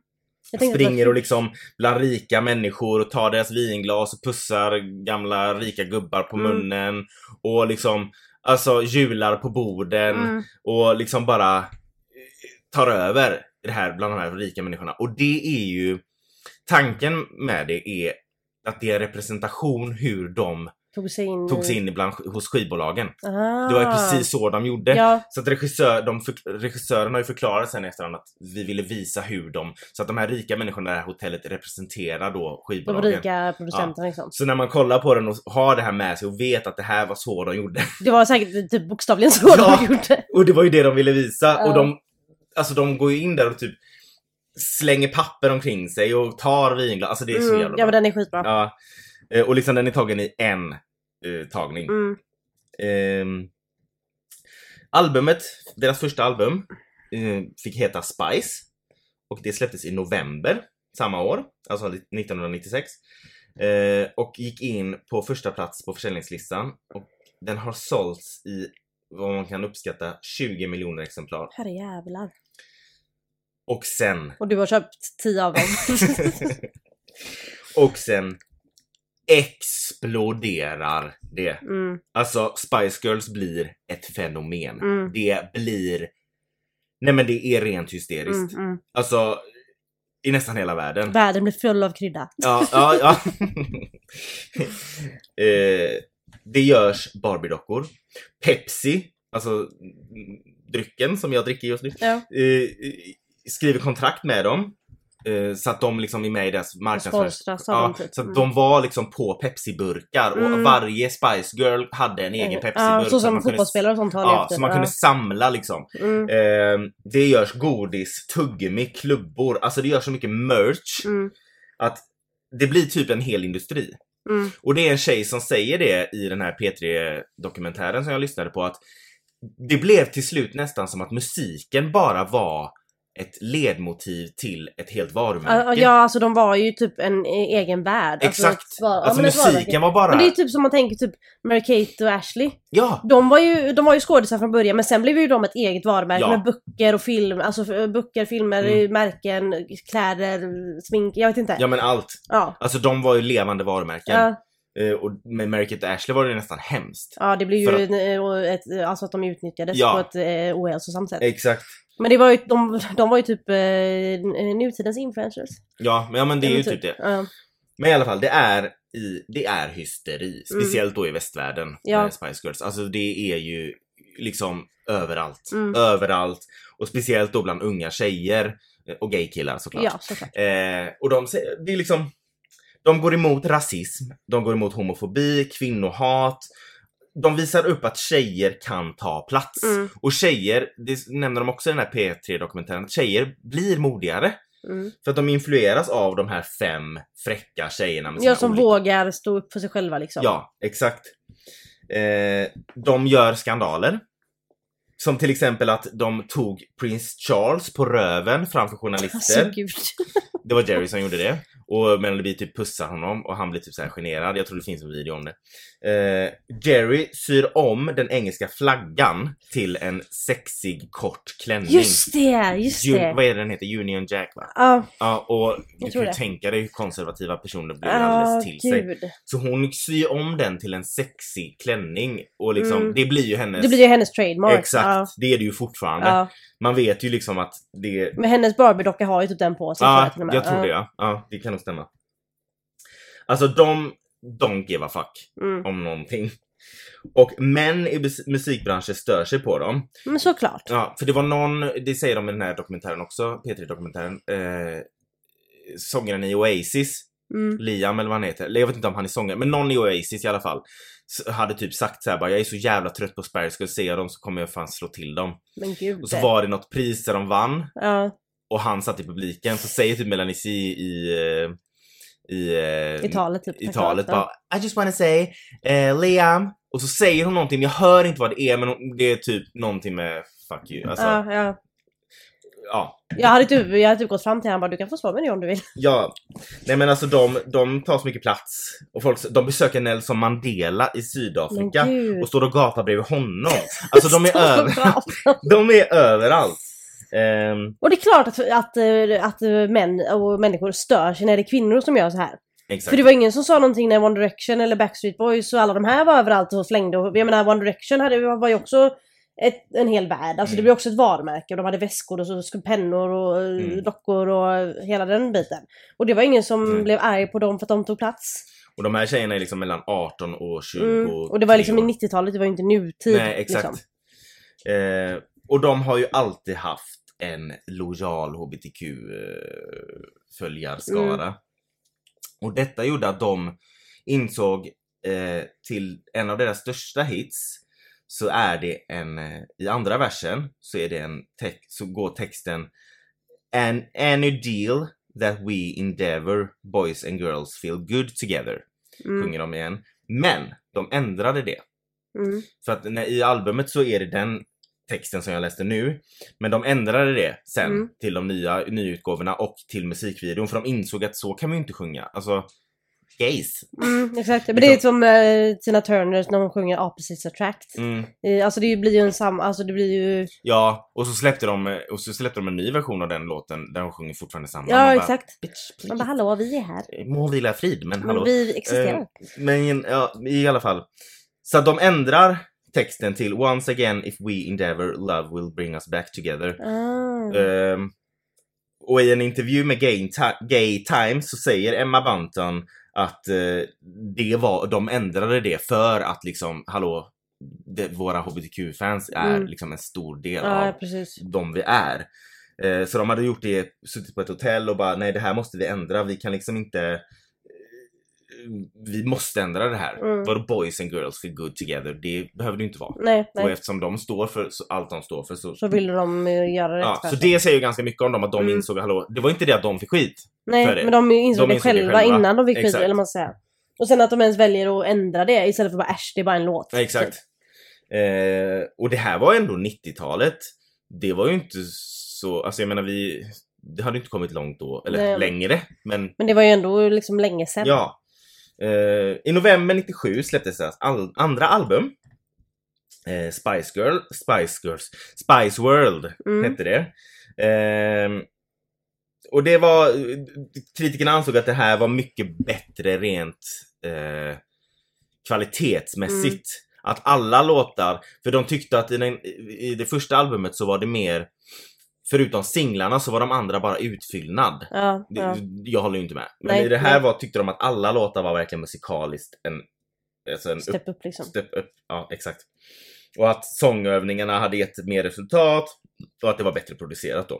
A: Jag tänkte att det
B: Springer
A: var-
B: och liksom bland rika människor och tar deras vinglas och pussar gamla rika gubbar på
A: Mm.
B: munnen. Och liksom, alltså jular på borden
A: Mm.
B: och liksom bara eh, tar över det här bland de här rika människorna. Och det är ju, tanken med det är att det är representation hur de
A: Tog sig in.
B: tog sig
A: i-
B: in ibland hos skivbolagen.
A: Ah.
B: Det var ju precis så de gjorde.
A: Ja,
B: Så att regissör, de för, regissören har ju förklarat sen efterhand att vi ville visa hur de, så att de här rika människorna i det här hotellet representerar då
A: de
B: skivbolagen.
A: rika producenterna liksom.
B: Så när man kollar på den och har det här med sig och vet att det här var så de gjorde.
A: Det var säkert typ bokstavligen så
B: Ja.
A: de gjorde.
B: Och det var ju det de ville visa.
A: Ja.
B: Och de, alltså de går ju in där och typ slänger papper omkring sig och tar vinglas. Alltså det är så
A: Mm.
B: jävla
A: Ja
B: bra.
A: men den är skitbra.
B: Ja. Eh, Och liksom den är tagen i en eh, tagning.
A: Mm.
B: Ehm, albumet, deras första album, eh, fick heta Spice. Och det släpptes i november samma år, alltså 1996. Eh, och gick in på första plats på försäljningslistan. Och den har sålts i vad man kan uppskatta 20 miljoner exemplar.
A: Herrejävlar.
B: Och sen...
A: Och du har köpt 10 av dem.
B: och sen exploderar det.
A: mm.
B: Alltså Spice Girls blir ett fenomen.
A: Mm.
B: Det blir... Nej men det är rent hysteriskt.
A: Mm, mm.
B: Alltså, i nästan hela världen.
A: Världen blir full av krydda.
B: Ja, ja, ja. eh, det görs Barbie-dockor. Pepsi, alltså mm, drycken som jag dricker just nu,
A: Ja.
B: eh, skriver kontrakt med dem. eh, så att de liksom är med i deras marknadsföring.
A: Sponsras av
B: Ja,
A: dem typ.
B: så att de var liksom på Pepsi-burkar och
A: Mm.
B: varje Spice Girl hade en egen
A: Mm.
B: Pepsi-burk.
A: Ja, så som
B: man kunde-
A: fotbollsspelare och sånt har
B: Ja,
A: levt
B: så
A: typ.
B: man kunde
A: Ja.
B: samla liksom.
A: Mm,
B: Eh, det görs godis, tuggummi, klubbor, alltså det görs så mycket merch.
A: mm,
B: Att det blir typ en hel industri.
A: mm.
B: Och det är en tjej som säger det i den här P3-dokumentären som jag lyssnade på att det blev till slut nästan som att musiken bara var ett ledmotiv till ett helt varumärke.
A: Ja, ja, alltså de var ju typ en e- egen värld.
B: Exakt.
A: Alltså, ett var- ja,
B: alltså
A: men ett varumärke.
B: musiken var bara...
A: Men det är typ som man tänker typ Mary-Kate och Ashley.
B: Ja!
A: De var ju, de var ju skådisar från början men sen blev ju de ett eget varumärke
B: Ja.
A: med böcker och film, alltså f- böcker, filmer,
B: Mm.
A: märken, kläder, smink, jag vet inte.
B: Ja men allt.
A: Ja.
B: Alltså de var ju levande varumärken.
A: Ja,
B: Eh, och med Mary Kate och Ashley var det nästan hemskt.
A: ja det blir
B: För
A: ju en- ett, alltså att de utnyttjades
B: Ja.
A: på ett eh, ohälsosamt sätt.
B: Exakt.
A: Men det var ju, de, de var ju typ eh, nutidens influencers.
B: Ja, men- ja men det är ju typ det.
A: Ja.
B: Men i alla fall, det är, i, det är hysteri. Speciellt då i västvärlden.
A: Mm. Ja.
B: Ja. Spice Girls. Alltså det är ju liksom överallt.
A: Mm.
B: Överallt. Och speciellt då bland unga tjejer. eh, Och gaykillar såklart.
A: ja, såklart.
B: Eh, och de, sä- det är liksom, de går emot rasism, de går emot homofobi, kvinnohat. De visar upp att tjejer kan ta plats.
A: Mm.
B: Och tjejer, det nämner de också i den här P3-dokumentären, att tjejer blir modigare.
A: Mm.
B: För att de influeras av de här fem fräcka tjejerna. med
A: Ja,
B: sina
A: som
B: olika-
A: vågar stå upp för sig själva liksom.
B: Ja, exakt. Eh, de gör skandaler. Som till exempel att de tog Prince Charles på röven framför
A: Alltså
B: journalister.
A: gud.
B: Det var Jerry som gjorde det. Och Melody typ pussar honom och han blir typ så här generad. Jag tror det finns en video om det. Eh, Jerry syr om den engelska flaggan till en sexig kort klänning.
A: Just det, just
B: Mm. Ju-
A: det.
B: Vad är det den heter? Union Jack va?
A: Ja,
B: Ja och du
A: Jag
B: kan
A: tror
B: ju
A: det.
B: tänka dig hur konservativa personer blir
A: ja,
B: alldeles till sig.
A: gud.
B: Så hon syr om den till en sexig klänning och liksom
A: Mm.
B: det blir ju hennes...
A: Det blir ju hennes trademark.
B: Exakt,
A: Ja,
B: det är det ju fortfarande.
A: ja.
B: Man vet ju liksom att det,
A: Men hennes Barbie-docka har ju typ den på sig. tror
B: Ja,
A: till och med.
B: jag tror det ja. ja. Det kan nog stämma. Alltså de don't give a fuck
A: Mm.
B: om någonting. Och män i bus- musikbranschen stör sig på dem.
A: Men såklart.
B: Ja, för det var någon, det säger de i den här dokumentären också, P3-dokumentären, eh, sångaren i Oasis,
A: Mm.
B: Liam eller vad han heter, eller jag vet inte om han är sångare, men någon i Oasis i alla fall, s- hade typ sagt såhär bara jag är så jävla trött på Spice Girls, ser jag dem så kommer jag fan slå till dem.
A: Men gud.
B: Och så var det något pris där de vann
A: ja.
B: och han satt i publiken så säger typ Melanie C i eh, i, eh,
A: I talet typ.
B: i talet
A: Ja.
B: bara I just wanna say eh, Liam och så säger hon någonting, jag hör inte vad det är men hon- det är typ någonting med fuck you. Alltså,
A: Ja, ja.
B: ja.
A: Jag, hade typ, jag hade typ gått fram till honom och bara du kan få slå mig nu om du vill.
B: ja. Nej men alltså de, de tar så mycket plats och folk, de besöker Nelson Mandela i
A: Men
B: Sydafrika
A: gud.
B: och står och gapar bredvid honom. Alltså de är,
A: Så
B: över,
A: bra.
B: de är överallt. Ehm,
A: Och det är klart att, att, eh, att eh, män och människor stör sig när det är kvinnor som gör så här. För
B: exakt.
A: det var ingen som sa någonting när One Direction eller Backstreet Boys och alla de här var överallt och slängde. Och, jag menar One Direction hade, var ju också ett, en hel värld. Alltså det
B: Mm.
A: blev också ett varumärke och de hade väskor och så skulle pennor och eh,
B: Mm.
A: dockor och hela den biten. Och det var ingen som
B: Mm.
A: blev arg på dem för att de tog plats.
B: Och de här tjejerna är liksom mellan 18 och 20
A: Mm. Och det var liksom i 90-talet, det var ju inte nutid.
B: Nej, exakt.
A: Liksom.
B: Eh, och de har ju alltid haft en lojal hbtq-följarskara. eh,
A: Mm.
B: Och detta gjorde att de insåg eh, till en av deras största hits så är det en, eh, i andra versen så är det en text, så går texten And any deal that we endeavor boys and girls feel good together,
A: Mm.
B: sjunger de igen. Men de ändrade det.
A: Mm.
B: För att när, i albumet så är det den texten som jag läste nu. Men de ändrade det sen
A: Mm.
B: till de nya nyutgåvorna och till musikvideon för de insåg att så kan vi ju inte sjunga. Alltså, gays.
A: Mm, exakt. Men det är som eh, Tina Turner när hon sjunger Opposites Attract.
B: Mm.
A: Eh, alltså det blir ju en sam... Alltså det blir ju...
B: Ja, och så, släppte de, och så släppte de en ny version av den låten där hon sjunger fortfarande samma. Man
A: Ja,
B: bara,
A: exakt.
B: Bitch,
A: Man
B: please.
A: bara hallå, vi är här.
B: Må vila i frid, men hallå.
A: Vi existerar.
B: Eh, Men ja, i alla fall. Så att de ändrar texten till Once again if we endeavor love will bring us back together.
A: Ah.
B: Ehm, och i en intervju med Gay, Ti- Gay Times så säger Emma Bunton att eh, det var, de ändrade det för att liksom, hallå, det, våra hbtq-fans är
A: Mm.
B: liksom en stor del
A: Ja,
B: av
A: precis.
B: de vi är. Eh, så de hade gjort det, suttit på ett hotell och bara nej det här måste vi ändra, vi kan liksom inte vi måste ändra det här.
A: Mm.
B: Vadå boys and girls feel good together? Det behöver det ju inte vara.
A: Nej,
B: Och
A: nej.
B: eftersom de står för så- allt de står för så...
A: Så ville de eh, göra rätt
B: ja,
A: för
B: så
A: sig.
B: det säger ju ganska mycket om dem att de
A: Mm.
B: insåg, hallå, det var ju inte det att de fick skit. för
A: Nej,
B: det.
A: men de insåg
B: De
A: det
B: insåg det
A: själva,
B: själva.
A: innan de fick skit,
B: Exakt.
A: eller vad man ska säga. Och sen att de ens väljer att ändra det istället för bara äsch, det är bara en låt. Typ.
B: Ja, exakt. Eh, och det här var ändå 90-talet. Det var ju inte så, alltså jag menar vi, det hade ju inte kommit långt då, eller
A: Nej.
B: längre. Men
A: Men det var ju ändå liksom länge sedan.
B: ja. Eh, I november 97 släpptes deras all- andra album. Eh, Spice Girl, Spice Girls, Spice World
A: Mm.
B: hette det. Ehm, och det var, kritikerna ansåg att det här var mycket bättre rent eh, kvalitetsmässigt.
A: Mm.
B: Att alla låtar, för de tyckte att i, den, i det första albumet så var det mer, förutom singlarna så var de andra bara utfyllnad.
A: Ja,
B: Det,
A: ja.
B: Jag håller ju inte med. Men
A: Nej,
B: i det här
A: nej.
B: var, tyckte de att alla låtar var verkligen musikaliskt en, alltså en
A: Step up liksom.
B: Step up. Ja, exakt. Och att sångövningarna hade gett mer resultat och att det var bättre producerat då.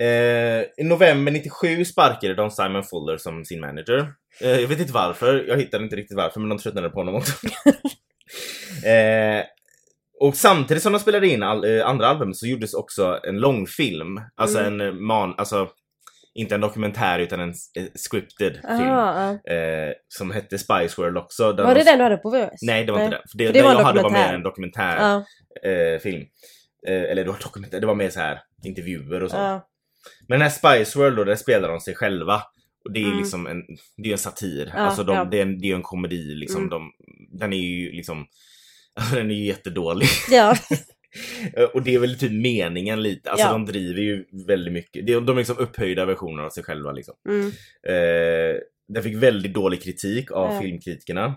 B: Eh, I november 97 sparkade de Simon Fuller som sin manager. Eh, jag vet inte varför, jag hittade inte riktigt varför men de tröttnade på honom också. eh, och samtidigt som de spelade in all, eh, andra album så gjordes också en långfilm. Alltså
A: Mm.
B: en eh, man, alltså inte en dokumentär utan en s- eh, scripted film.
A: Aha,
B: Eh, som hette Spice World också.
A: ja.
B: där
A: Var
B: de
A: det den du hade på VHS?
B: Nej, det var inte det. För det,
A: För det
B: det
A: var en
B: jag hade var mer
A: dokumentär.
B: en dokumentärfilm.
A: Ja,
B: Eh, film. eh, eller det var, dokumentär, det var mer så här intervjuer och sånt.
A: ja.
B: Men den här Spice World då, där spelar de sig själva. Och det är ju
A: Mm.
B: liksom en, det är ju en satir.
A: Ja,
B: alltså de,
A: ja.
B: det, är en, det är ju en komedi liksom.
A: Mm.
B: De, den är ju liksom, alltså den är ju jättedålig.
A: ja.
B: Eh, och det är väl typ meningen lite. Alltså
A: Ja.
B: de driver ju väldigt mycket. De, de är liksom upphöjda versioner av sig själva liksom.
A: Mm.
B: Eh, den fick väldigt dålig kritik av
A: Ja.
B: filmkritikerna.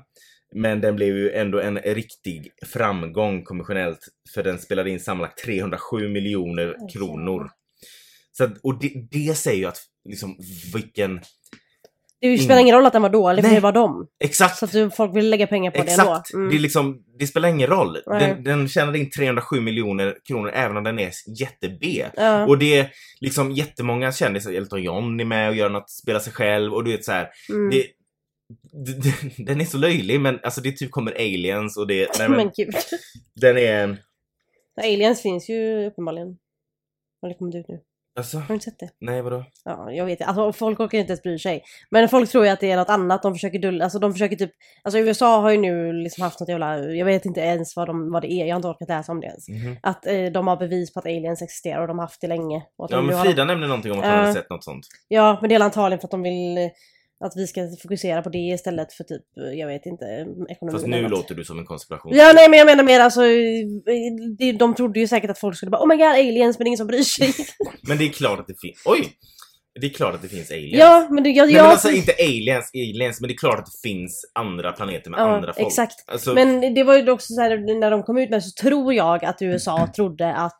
B: Men den blev ju ändå en riktig framgång kommissionellt för den spelade in sammanlagt 307 miljoner
A: Oj,
B: kronor.
A: jävlar.
B: Så att, och det, det säger ju att liksom vilken...
A: Det spelar
B: Mm.
A: ingen roll att den var dålig, för
B: Nej.
A: det var dem.
B: Exakt!
A: Så att du, folk vill lägga pengar på det ändå.
B: Exakt!
A: Mm.
B: Det, är liksom, det spelar ingen roll.
A: Nej.
B: Den, den tjänade in 307 miljoner kronor även om den är jätte-B.
A: Ja.
B: Och det är liksom jättemånga kändisar, Elton John är med och gör något, spelar sig själv och du vet så här.
A: mm.
B: Det, d- d- den är så löjlig men alltså det typ kommer aliens och det... Nej,
A: men,
B: men,
A: gud.
B: den är...
A: Aliens finns ju uppenbarligen. Har det kommit ut nu?
B: Alltså,
A: Har du inte sett det?
B: nej vadå?
A: Ja, jag vet inte. Alltså folk orkar inte ens bry sig. Men folk tror ju att det är något annat. De försöker dulla, alltså de försöker typ, alltså USA har ju nu liksom haft något jävla, jag vet inte ens vad, de, vad det är, jag har inte orkat läsa om det ens.
B: Mhm.
A: Att eh, de har bevis på att aliens existerar och de har haft det länge. Och att
B: Ja
A: de nu
B: men
A: har Eh.
B: Frida nämnde någonting om att hon
A: Ja.
B: hade sett något sånt.
A: Ja, men det är antagligen för att de vill eh, att vi ska fokusera på det istället för typ, eh, jag vet inte, ekonomi.
B: Fast
A: eller
B: nu
A: något.
B: låter du som en konspiration.
A: Ja, nej men jag menar mer alltså, eh, det- de trodde ju säkert att folk skulle bara oh my god aliens men ingen som bryr sig.
B: Men det är klart att det finns... Oj! Det är klart att det finns aliens.
A: ja, men det, jag,
B: Nej
A: jag,
B: men alltså inte aliens, aliens, men det är klart att det finns andra planeter med
A: ja,
B: andra folk.
A: Exakt.
B: Alltså,
A: Men det var ju också så här, när de kom ut med det så tror jag att
B: Mm.
A: USA trodde att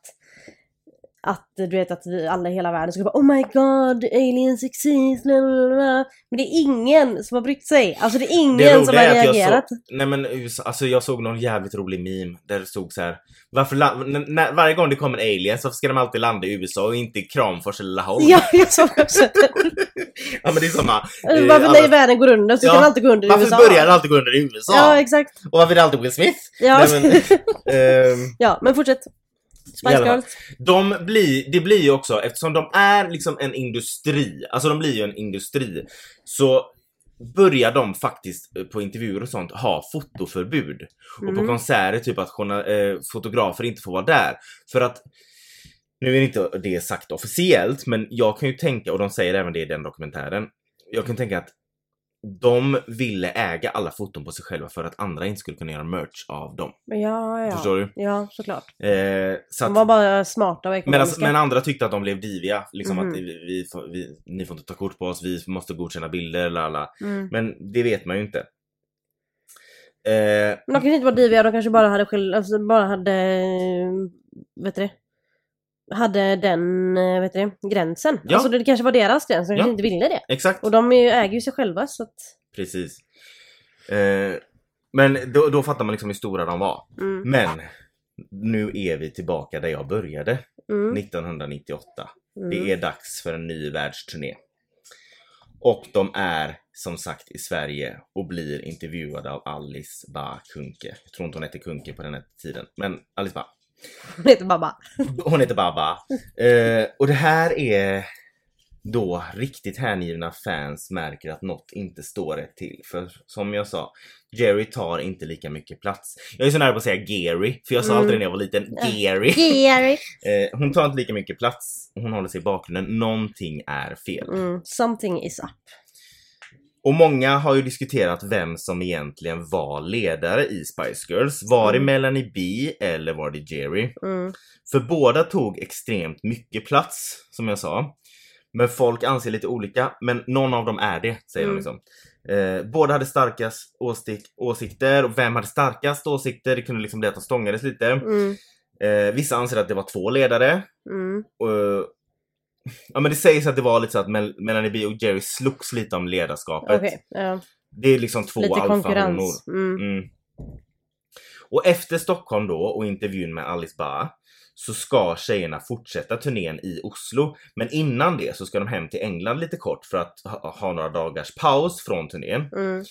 A: att du vet att vi alla i hela världen skulle bara Oh my god, aliens exist, bla, bla, bla. Men det är ingen som har brytt sig. Alltså det är ingen som har
B: roliga är att jag
A: reagerat.
B: Nej men USA- alltså jag såg någon jävligt rolig meme där det stod så här. Varför la- n- när, varje gång det kommer aliens, varför ska de alltid landa i USA och inte i Kramfors eller Laholm?
A: Ja, jag såg också.
B: Ja men det är samma. Eh,
A: Varför
B: alla-
A: när världen går under så
B: Ja,
A: ska den alltid gå under i
B: Varför
A: USA.
B: börjar det alltid gå under i USA?
A: Ja, exakt.
B: och varför är det alltid Will Smith?
A: Ja,
B: Nej, men, ehm,
A: ja men fortsätt.
B: I
A: Spice
B: alla fall.
A: Girls.
B: de blir, det blir ju också, eftersom de är liksom en industri, alltså de blir ju en industri, så börjar de faktiskt eh, på intervjuer och sånt ha fotoförbud. Och på
A: Mm.
B: konserter typ att journa- eh, fotografer inte får vara där. För att nu är det inte det sagt officiellt, men jag kan ju tänka, och de säger även det i den dokumentären, jag kan tänka att de ville äga alla foton på sig själva för att andra inte skulle kunna göra merch av dem.
A: Men Ja, ja.
B: Förstår du?
A: Ja, såklart.
B: Eh, så
A: De
B: att,
A: var bara smarta och
B: medan,
A: ekonomiska.
B: men andra tyckte att de blev diviga. Liksom
A: Mhm.
B: att vi, vi, får- vi, ni får inte ta kort på oss, vi måste godkänna bilder, la la.
A: Mm.
B: Men det vet man ju inte. Eh,
A: Men de kanske inte var diviga, de kanske bara hade själv, alltså bara hade, eh, vet du det? Hade den, eh, vet du det, gränsen.
B: Ja.
A: Alltså det kanske var deras gräns, de kanske
B: Ja.
A: inte ville det.
B: exakt.
A: Och de är ju, äger ju sig själva så att,
B: Precis. Eh, men då, då fattar man liksom hur stora de var.
A: mm.
B: Men nu är vi tillbaka där jag började.
A: Mm.
B: 1998.
A: Mm.
B: Det är dags för en ny världsturné. Och de är som sagt i Sverige och blir intervjuade av Alice Bah Kuhnke. Jag tror inte hon hette Kuhnke på den här tiden, men Alice Bah.
A: Hon heter Babba.
B: Hon heter Baba. Eh, och det här är då riktigt hängivna fans märker att något inte står rätt till. För som jag sa, Jerry tar inte lika mycket plats. Jag är så nära på att säga Gary, för jag sa
A: Mm.
B: alltid det när jag var liten. Gary.
A: Gary.
B: Eh, hon tar inte lika mycket plats, hon håller sig i bakgrunden. Någonting är fel.
A: Mm. Something is up.
B: Och många har ju diskuterat vem som egentligen var ledare i Spice Girls. Var det
A: Mm.
B: Melanie B eller var det Jerry?
A: Mm.
B: För båda tog extremt mycket plats, som jag sa. Men folk anser lite olika, men någon av dem är det, säger
A: Mm.
B: de liksom. Eh, båda hade starkast åsik- åsikter och vem hade starkast åsikter? Det kunde liksom bli att de stångades lite.
A: Mm.
B: Eh, vissa anser att det var två ledare.
A: Mm.
B: Och, eh, ja men det sägs att det var lite så att Mel- Melanie B och Jerry slogs lite om ledarskapet.
A: Okej. Ja.
B: Det är liksom två
A: Lite
B: alfahonor.
A: konkurrens. Mm.
B: Mm. Och efter Stockholm då och intervjun med Alice Ba så ska tjejerna fortsätta turnén i Oslo. Men innan det så ska de hem till England lite kort för att ha, ha några dagars paus från turnén.
A: Mm.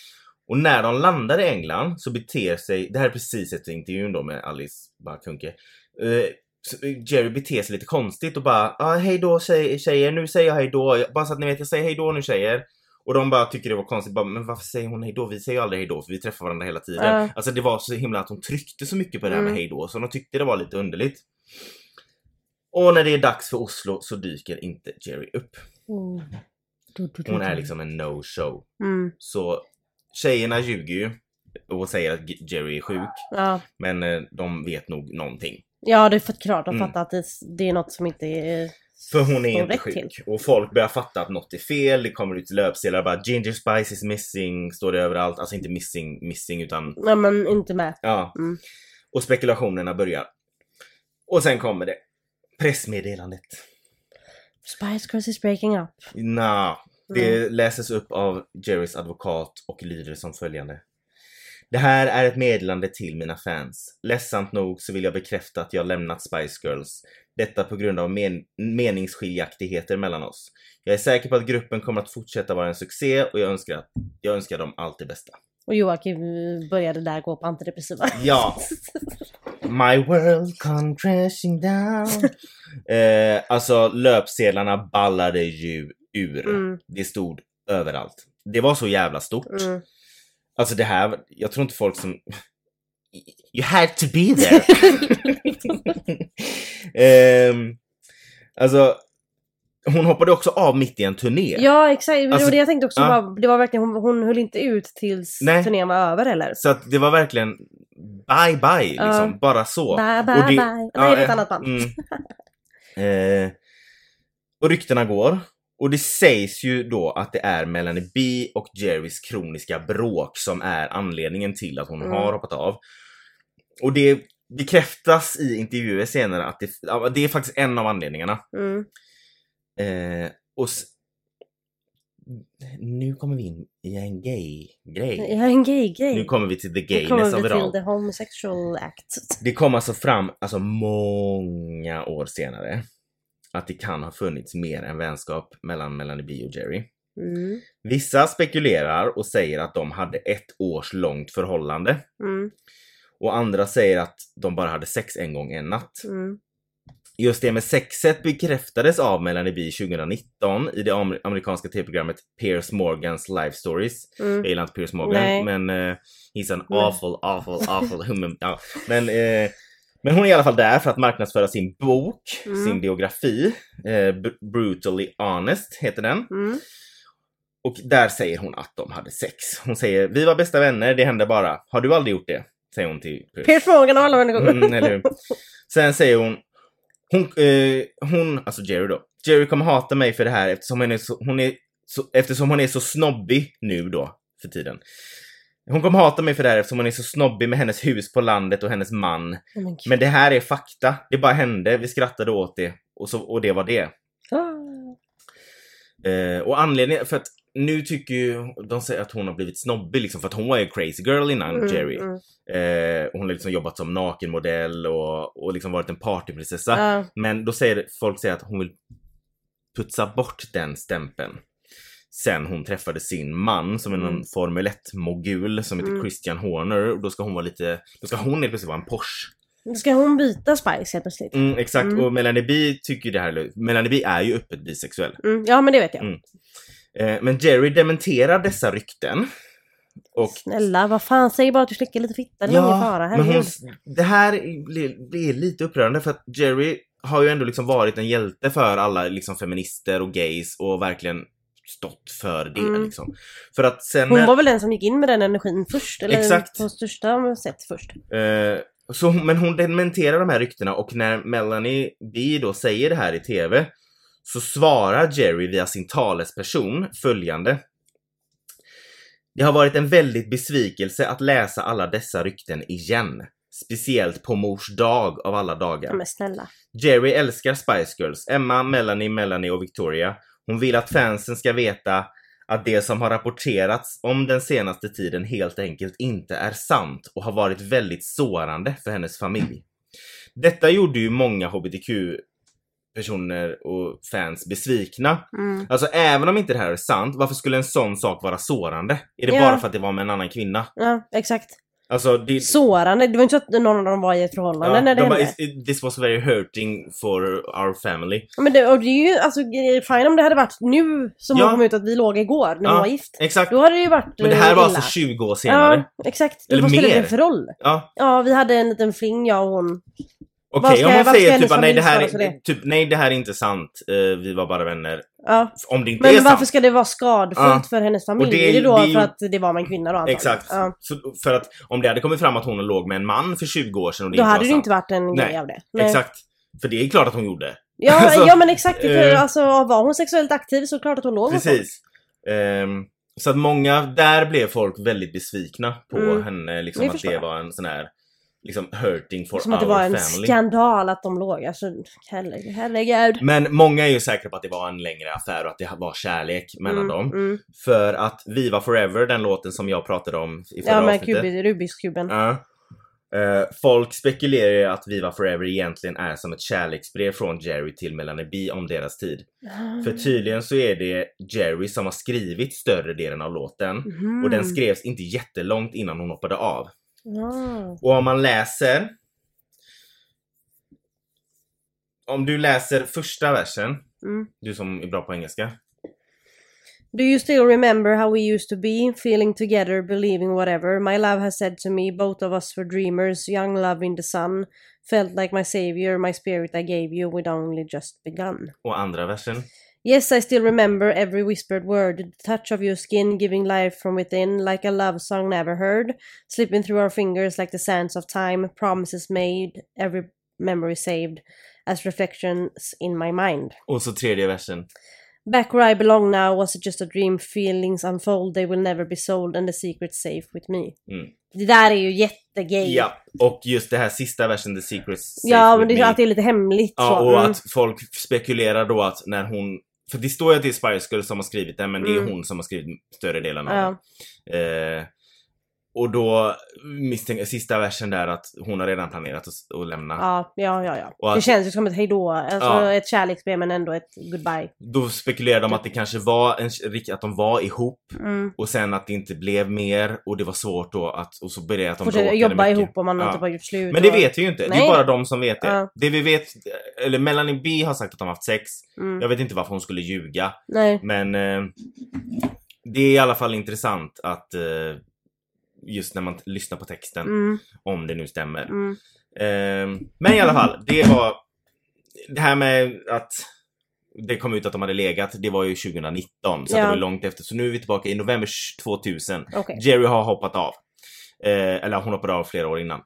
B: Och när de landar i England så beter sig, det här är precis efter intervjun då med Alice Bah Kuhnke. Eh, så Jerry beter sig lite konstigt och bara ah, hej då tjej, tjejer, nu säger jag hej då. Jag- Bara så att ni vet, jag säger hej då nu tjejer. Och de bara tycker det var konstigt, bara, men varför säger hon hej då? Vi säger ju aldrig hej då för vi träffar varandra hela tiden.
A: Ja.
B: Alltså det var så himla att hon tryckte så mycket på det här med
A: Mm.
B: hej då så de tyckte det var lite underligt. Och när det är dags för Oslo så dyker inte Jerry upp. Mm. Hon är liksom en no-show.
A: Mm.
B: Så tjejerna ljuger ju och säger att G- Jerry är sjuk.
A: Ja.
B: Men eh, de vet nog någonting.
A: ja, det är för klart. De
B: Mm.
A: fattar att det, det är något som inte är...
B: För hon
A: står
B: är inte
A: rätt
B: sjuk.
A: till.
B: Och folk börjar fatta att något är fel. Det kommer ut löpsedlar bara “Ginger Spice is missing” står det överallt. Alltså inte missing, missing utan
A: Nej, men inte med.
B: ja.
A: Mm.
B: Och spekulationerna börjar. Och sen kommer det. Pressmeddelandet.
A: Spice Girls is breaking up. Mm.
B: Nja, det läses upp av Jerrys advokat och lyder som följande. Det här är ett meddelande till mina fans. Ledsamt nog så vill jag bekräfta att jag lämnat Spice Girls. Detta på grund av men- meningsskiljaktigheter mellan oss. Jag är säker på att gruppen kommer att fortsätta vara en succé och jag önskar, att, jag önskar dem allt det bästa.
A: Och Joakim började där gå på antidepressiva.
B: Ja. My world come crashing down. eh, alltså löpsedlarna ballade ju ur.
A: Mm.
B: Det stod överallt. Det var så jävla stort.
A: Mm.
B: Alltså det här, jag tror inte folk som... You had to be there! Ehm, alltså, hon hoppade också av mitt i en turné.
A: Ja, exakt. Men det
B: Alltså,
A: var det jag tänkte också.
B: ja.
A: Bara, det var verkligen, hon, hon höll inte ut tills
B: Nej.
A: turnén var över eller?
B: Så att det var verkligen bye bye liksom,
A: Ja.
B: bara så.
A: Bye, bye,
B: Och det-
A: bye. Nej, det är ett
B: eh,
A: annat band.
B: Mm. Eh, och ryktena går. Och det sägs ju då att det är Melanie B och Jerrys kroniska bråk som är anledningen till att hon
A: Mm.
B: har hoppat av. Och det bekräftas i intervjuer senare att det, ja, det är faktiskt en av anledningarna.
A: Mm.
B: Eh, och s- nu kommer vi in i en gay-grej.
A: Jag är en gay-gay.
B: Nu kommer vi till the
A: Nu kommer
B: gayness
A: vi
B: av it all.
A: till the homosexual act.
B: Det kom alltså fram, alltså många år senare, att det kan ha funnits mer än vänskap mellan Melanie B och Jerry.
A: Mm.
B: Vissa spekulerar och säger att de hade ett års långt förhållande
A: Mm.
B: och andra säger att de bara hade sex en gång en natt.
A: Mm.
B: Just det med sexet bekräftades av Melanie B 2019 i det amer- amerikanska tv-programmet Piers Morgans Life Stories.
A: Mm.
B: Jag gillar inte Piers Morgan
A: Nej.
B: men eh, he's an
A: Nej.
B: awful, awful, awful human. Ja. Men, eh, men hon är i alla fall där för att marknadsföra sin bok,
A: Mm.
B: sin biografi. Eh, Br- Brutally Honest heter den.
A: Mm.
B: Och där säger hon att de hade sex. Hon säger vi var bästa vänner, det hände bara. Har du aldrig gjort det? Säger hon till Piers.
A: Piers Morgan och alla människor.
B: Mm, eller hur? Sen säger hon, hon, eh, hon, alltså Jerry då. Jerry kommer hata mig för det här eftersom hon är så, hon är så, eftersom hon är så snobbig nu då, för tiden. Hon kommer hata mig för det här eftersom hon är så snobbig med hennes hus på landet och hennes man.
A: Oh, men gud.
B: Men det här är fakta. Det bara hände. Vi skrattade åt det och, så, och det var det.
A: Ah.
B: Eh, och anledningen, för att nu tycker ju, de säger att hon har blivit snobbig liksom för att hon var ju crazy girl innan
A: Mm,
B: Jerry.
A: mm.
B: Eh, hon har liksom jobbat som nakenmodell och, och liksom varit en partyprinsessa.
A: Ja.
B: Men då säger folk säger att hon vill putsa bort den stämpeln. Sen hon träffade sin man som är någon
A: Mm.
B: Formel 1-mogul som heter
A: Mm.
B: Christian Horner och då ska hon vara lite, då ska hon helt plötsligt vara en Porsche.
A: Då Ska hon byta Spice helt plötsligt?
B: Mm, exakt
A: Mm.
B: och Melanie B tycker ju det här är löjligt. Melanie B är ju öppet bisexuell.
A: Mm, ja men det vet jag.
B: Mm. Eh, men Jerry dementerar dessa rykten. Och
A: Snälla, vad fan, säg bara att du slickar lite fitta, det är ingen fara.
B: men hon,
A: herregud.
B: det här blir, blir lite upprörande för att Jerry har ju ändå liksom varit en hjälte för alla liksom feminister och gays och verkligen stått för det
A: Mm.
B: liksom. För att sen
A: Hon
B: när,
A: var väl den som gick in med den energin först? Eller
B: Exakt.
A: på största sätt först.
B: eh, så hon, men hon dementerar de här ryktena och när Melanie B då säger det här i TV så svarar Jerry via sin talesperson följande. Det har varit en väldigt besvikelse att läsa alla dessa rykten igen. Speciellt på mors dag av alla dagar.
A: Ja, men snälla.
B: Jerry älskar Spice Girls, Emma, Melanie, Melanie och Victoria. Hon vill att fansen ska veta att det som har rapporterats om den senaste tiden helt enkelt inte är sant och har varit väldigt sårande för hennes familj. Detta gjorde ju många hbtq-personer och fans besvikna.
A: Mm.
B: Alltså även om inte det här är sant, varför skulle en sån sak vara sårande? Är det
A: Ja.
B: bara för att det var med en annan kvinna?
A: Ja, exakt.
B: Alltså det...
A: Sårande. Det var inte så att någon av dem var i ett förhållande när det
B: de bara,
A: hände.
B: "It- This was very hurting for our family.
A: Ja, Men det, och det är ju alltså, grejer- fine om det hade varit nu som
B: Ja.
A: hon kom ut att vi låg igår när
B: Ja.
A: hon var gift.
B: Exakt.
A: Då hade det ju varit
B: Men det här
A: eh,
B: var
A: illa.
B: alltså 20 år senare.
A: Ja, exakt.
B: Eller
A: Vad spelade
B: mer.
A: det för roll?
B: Ja.
A: Ja, vi hade en liten fling jag och hon.
B: Okej,
A: Vad ska-
B: om
A: vad
B: hon
A: ska liksom
B: säger
A: hennes
B: typ att nej det, här
A: familj svara
B: är,
A: på
B: typ nej det här är inte sant, eh, vi var bara vänner.
A: Ja.
B: Om det inte är
A: Men varför
B: sant.
A: ska det vara skadefullt
B: Ja.
A: för hennes familj?
B: Och det är
A: är det
B: ju-
A: då
B: det är ju-
A: för att det var med en kvinna då antagligen?
B: Exakt.
A: Ja.
B: Så, för att om det hade kommit fram att hon låg med en man för 20 år sedan och det
A: Då
B: inte
A: hade
B: var
A: det ju
B: sant.
A: inte varit en grej
B: Nej,
A: av det. Nej.
B: Exakt. För det är klart att hon gjorde.
A: Ja,
B: Alltså,
A: ja men exakt. Det kan,
B: eh,
A: alltså, var hon sexuellt aktiv så klart att hon låg med folk.
B: Precis. Ehm, så att många, där blev folk väldigt besvikna på
A: Mm.
B: henne.
A: Det
B: Liksom att
A: förstår
B: det
A: jag.
B: var en sån här liksom hurting for
A: Som
B: our
A: att det var en
B: family.
A: skandal att de låg. Alltså, herregud. herregud.
B: Men många är ju säkra på att det var en längre affär och att det var kärlek mellan
A: Mm,
B: dem.
A: Mm.
B: För att Viva Forever, den låten som jag pratade om i förra
A: Ja, med
B: avsnittet.
A: kubi, Rubiks kuben.
B: Ja. Eh, folk spekulerar ju att Viva Forever egentligen är som ett kärleksbrev från Jerry till Melanie B om deras tid. För tydligen så är det Jerry som har skrivit större delen av låten.
A: Mhm.
B: Och den skrevs inte jättelångt innan hon hoppade av.
A: Ja.
B: Och om man läser... Om du läser första versen,
A: Mm.
B: du som är bra på engelska.
A: Do you still remember how we used to be, feeling together, believing whatever? My love has said to me, both of us were dreamers, young love in the sun, felt like my savior, my spirit I gave you, we'd only just begun.
B: Och andra versen.
A: Yes, I still remember every whispered word, the touch of your skin giving life from within, like a love song never heard, slipping through our fingers like the sands of time, promises made, every memory saved, as reflections in my mind.
B: Och så tredje versen.
A: Back where I belong now was it just a dream, feelings unfold, they will never be sold and the secret safe with me.
B: Mm.
A: Det där är ju jättegay.
B: Ja, och just det här sista versen, The Secrets Safe
A: ja men
B: With
A: det
B: Me.
A: är, att det är lite hemligt
B: Ja,
A: så.
B: och
A: Mm.
B: att folk spekulerar då att när hon... För det står ju att det är Spice Girls som har skrivit den, men det
A: Mm.
B: är hon som har skrivit större delen av
A: Ja.
B: den. Eh, och då misstänker sista versen där att hon har redan planerat att, s- att lämna.
A: Ja, ja, ja. ja.
B: Och att-
A: det känns ju som ett hejdå. Alltså
B: Ja.
A: ett kärleksbrev men ändå ett goodbye.
B: Då spekulerar de att det kanske var en, att de var ihop
A: Mm.
B: och sen att det inte blev mer och det var svårt då att, och så började att de
A: Fortsätta
B: bråkade
A: jobba
B: mycket.
A: ihop om man
B: Ja.
A: inte bara gjort slut.
B: Men det
A: och-
B: vet vi ju inte. Det
A: Nej.
B: är bara de som vet det.
A: Ja.
B: Det vi vet, eller Melanie B har sagt att de har haft sex.
A: Mm.
B: Jag vet inte varför hon skulle ljuga.
A: Nej.
B: Men eh, det är i alla fall intressant att eh, just när man t- lyssnar på texten,
A: Mm.
B: om det nu stämmer.
A: Mm.
B: Eh, men i alla fall, det var det här med att det kom ut att de hade legat, det var ju 2019 så att
A: Ja.
B: det var långt efter. Så nu är vi tillbaka i november 2000.
A: Okej.
B: Jerry har hoppat av. Eh, eller hon hoppade av flera år innan.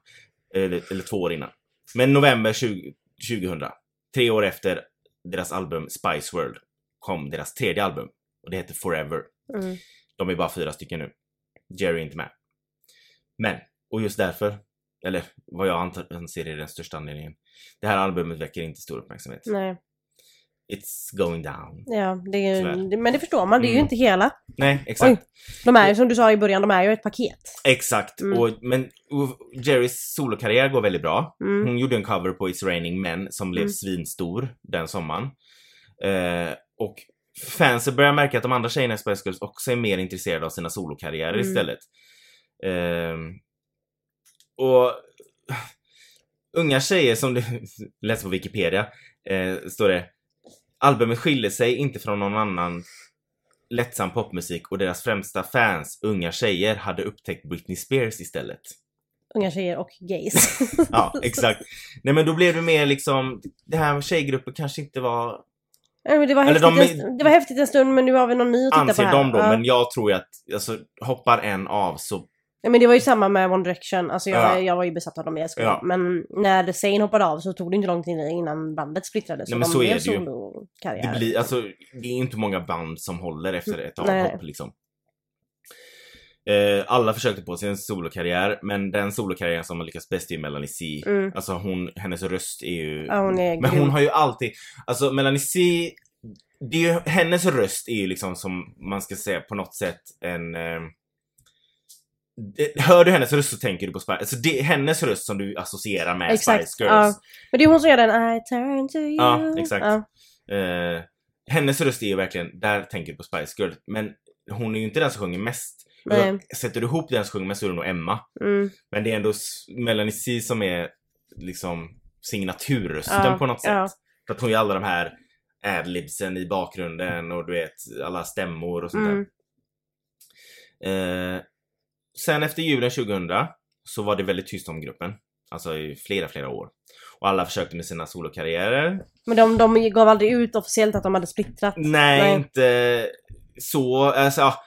B: Eller, eller två år innan. Men november 20, 2000, tre år efter deras album Spice World, kom deras tredje album. Och det heter Forever.
A: Mm.
B: De är bara fyra stycken nu. Jerry är inte med. Men, och just därför, eller vad jag antar- anser är den största anledningen, det här albumet väcker inte stor uppmärksamhet.
A: Nej.
B: It's going down.
A: Ja, det är, ju-
B: Tyvärr.
A: det- men det förstår man, det är ju
B: Mm.
A: inte hela.
B: Nej, exakt.
A: De är ju som du sa i början, de är ju ett paket.
B: Exakt.
A: Mm.
B: Och, men och Jerrys solokarriär går väldigt bra.
A: Mm.
B: Hon gjorde en cover på It's Raining Men som blev
A: Mm.
B: svinstor den sommaren. Eh, och fansen börjar märka att de andra tjejerna i Spice Girls också är mer intresserade av sina solokarriärer
A: Mm.
B: istället. Ehm, och unga tjejer som det läser på Wikipedia, eh, står det Albumet skiljer sig inte från någon annan lättsam popmusik och deras främsta fans, unga tjejer, hade upptäckt Britney Spears istället.
A: Unga tjejer och gays.
B: Ja, exakt. Nej men då blev det mer liksom, det här med tjejgrupper kanske inte var,
A: Nej, men det, var
B: Eller
A: häftigt
B: de-
A: en, det var häftigt en stund men nu har vi någon ny att titta på
B: anser
A: här.
B: de då,
A: Ja.
B: men jag tror ju att, alltså hoppar en av så,
A: Nej, men det var ju samma med One Direction, alltså jag,
B: Ja.
A: jag var ju besatt av dem, jag älskar
B: Ja.
A: dem. Men när Zayn hoppade av så tog det inte lång tid innan bandet splittrades.
B: Nej, men
A: de
B: så är
A: blev
B: det ju.
A: solokarriär.
B: det blir, alltså det är ju inte många band som håller efter ett
A: Nej.
B: avhopp liksom. Eh, alla försökte på sin solokarriär, men den solokarriären som har lyckats bäst är Melanie C.
A: Mm.
B: Alltså hon, hennes röst är ju...
A: Ja, hon är
B: men
A: grym.
B: hon har ju alltid, alltså Melanie C, det är ju, hennes röst är ju liksom som man ska säga på något sätt en... Eh, det- hör du hennes röst så tänker du på Spice, alltså det är hennes röst som du associerar med
A: Exakt,
B: Spice Girls.
A: Men det är hon som gör den I turn to you.
B: Ja, exakt. Eh, hennes röst är ju verkligen, där tänker du på Spice Girls. Men hon är ju inte den som sjunger mest.
A: Nej.
B: Sätter du ihop den som sjunger mest så är det nog Emma.
A: Mm.
B: Men det är ändå s- Melanie C som är liksom signaturrösten
A: Ja,
B: på något sätt.
A: ja.
B: För att hon gör alla de här adlibsen i bakgrunden och du vet alla stämmor och typ sånt
A: Mm.
B: där. Eh, sen efter julen 2000 så var det väldigt tyst om gruppen. Alltså i flera, flera år. Och alla försökte med sina solokarriärer.
A: Men de, de gav aldrig ut officiellt att de hade splittrat.
B: Nej,
A: Nej.
B: inte så. Alltså, ja.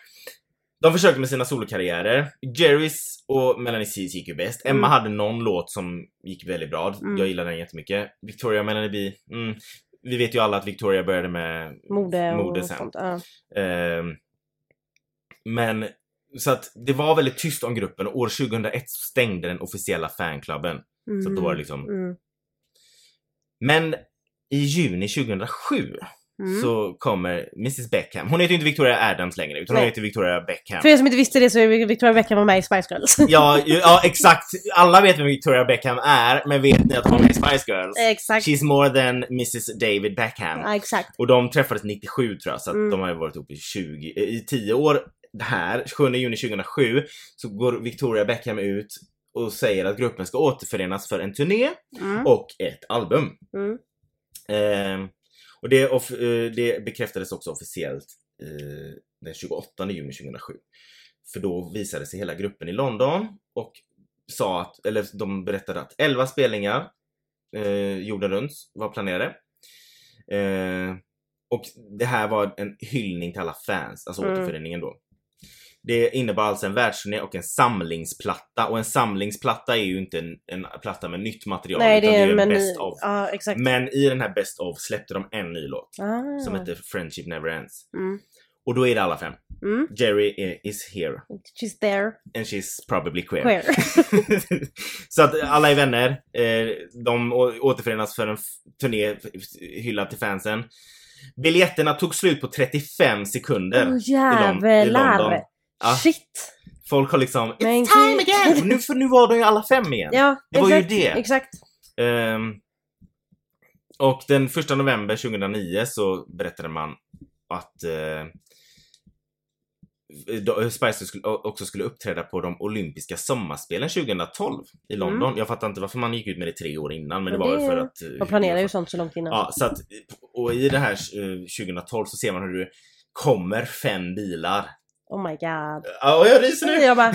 B: De försökte med sina solokarriärer. Jerrys och Melanie C's gick ju bäst. Emma
A: Mm.
B: hade någon låt som gick väldigt bra.
A: Mm.
B: Jag gillar den jättemycket. Victoria och Melanie B. Mm. Vi vet ju alla att Victoria började med...
A: Mode och
B: Mode sen.
A: sånt. Ja.
B: ehm, men så att det var väldigt tyst om gruppen och år 2001 så stängde den officiella fanklubben. Så att då var det liksom...
A: Mm.
B: Men i juni 2007
A: Mm.
B: så kommer Mrs Beckham. Hon heter ju inte Victoria Adams längre utan
A: Nej.
B: hon heter Victoria Beckham.
A: För er som inte visste det så är Victoria Beckham var med i Spice Girls.
B: Ja, ju- ja exakt. Alla vet vem Victoria Beckham är, men vet ni att hon är Spice Girls?
A: exakt.
B: She's more than Mrs David Beckham.
A: Ja, exakt.
B: Och de träffades 97 tror jag, så att
A: Mm.
B: de har ju varit ihop i 20, eh, i 10 år. Det Här, 7 juni 2007, så går Victoria Beckham ut och säger att gruppen ska återförenas för en turné
A: Mm.
B: och ett album.
A: Mm.
B: Ehm, och det, off, eh, det bekräftades också officiellt eh, den 28 juni 2007. För då visade sig hela gruppen i London och sa att, eller de berättade att 11 spelningar eh, jorden runt var planerade. Eh, och det här var en hyllning till alla fans, alltså
A: Mm.
B: återföreningen då. Det innebar alltså en världsturné och en samlingsplatta. Och en samlingsplatta är ju inte en, en platta med nytt material
A: Nej,
B: utan
A: det är
B: ju
A: en
B: en
A: meny.
B: best of.
A: Ja, exakt.
B: Men i den här Best of släppte de en ny låt
A: ah.
B: som heter Friendship Never Ends.
A: Mm.
B: Och då är det alla fem.
A: Mm.
B: Jerry i- is here
A: She's there.
B: and she's probably queer.
A: Queer.
B: så att alla är vänner. Eh, De å- återförenas för en f- turné f- hyllad till fansen. Biljetterna tog slut på 35 sekunder.
A: Åh
B: London.
A: Oh, jävlar!
B: Ja.
A: Shit!
B: Folk har liksom It's
A: Men
B: time
A: gud.
B: again! Och Nu, för nu var de ju alla fem igen.
A: Ja,
B: Det var ju
A: exakt,
B: det.
A: Exakt.
B: Ehm, och den 1 november 2009 så berättade man att eh, då- eh, Spice Girls skulle, o- också skulle uppträda på de olympiska sommarspelen 2012 i London. Jag fattar inte varför man gick ut med det tre år innan men det
A: Men
B: var väl
A: Mm. det-
B: för att... eh,
A: Man planerar ju sånt så långt innan.
B: Ja, så att, och i det här eh, 2012 så ser man hur det kommer fem bilar.
A: Oh my god.
B: Ja, och jag ryser nu!
A: Jag bara,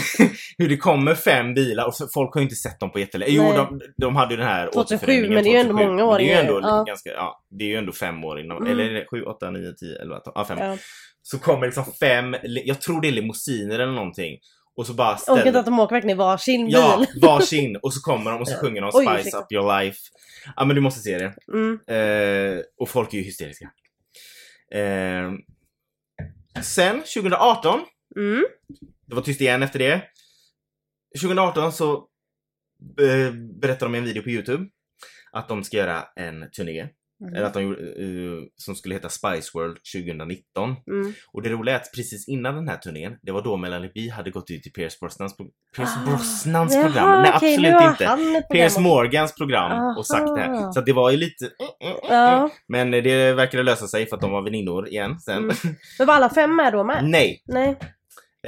B: Hur det kommer fem bilar och så- folk har ju inte sett dem på jättelänge. Jo,
A: Nej.
B: de, de hade ju den här
A: 2007,
B: återföreningen
A: men det är ju ändå
B: 2007,
A: många år
B: men Det är ju
A: innan.
B: ändå
A: Ja.
B: ganska, ja, det är ju ändå fem år innan,
A: Mm.
B: eller är det sju, åtta, nio, tio, elva, tolv, ja fem.
A: ja.
B: Så kommer liksom fem, li- jag tror det är limousiner eller någonting. Och så bara
A: Orkar inte
B: ställer
A: att de åker verkligen i varsin
B: Ja,
A: bil.
B: varsin! Och så kommer de och så sjunger de
A: Oj,
B: Spice
A: ursäkta.
B: Up Your Life. Ja men du måste se det.
A: Mm.
B: Eh, och folk är ju hysteriska. Eh, sen 2018
A: Mm.
B: det var tyst igen efter det. 2018 så eh, berättade de i en video på Youtube att de ska göra en turné
A: Mhm.
B: Eller att de gjorde, eh, som skulle heta Spice World 2019.
A: Mm.
B: Och det roliga är att precis innan den här turnén, det var då Melanie B hade gått ut i Pierce Brosnans, pro- Pierce
A: Ah.
B: Brosnans
A: Jaha,
B: program. Nej
A: okej, nu
B: absolut
A: har
B: inte.
A: han ett
B: Pierce
A: program.
B: Morgans program och sagt det
A: Aha.
B: här. Så att det var ju lite...
A: Ja.
B: Men det verkade lösa sig för att de var väninnor igen sen.
A: Mm. Men var alla fem med då med?
B: Mm. Nej!
A: Nej.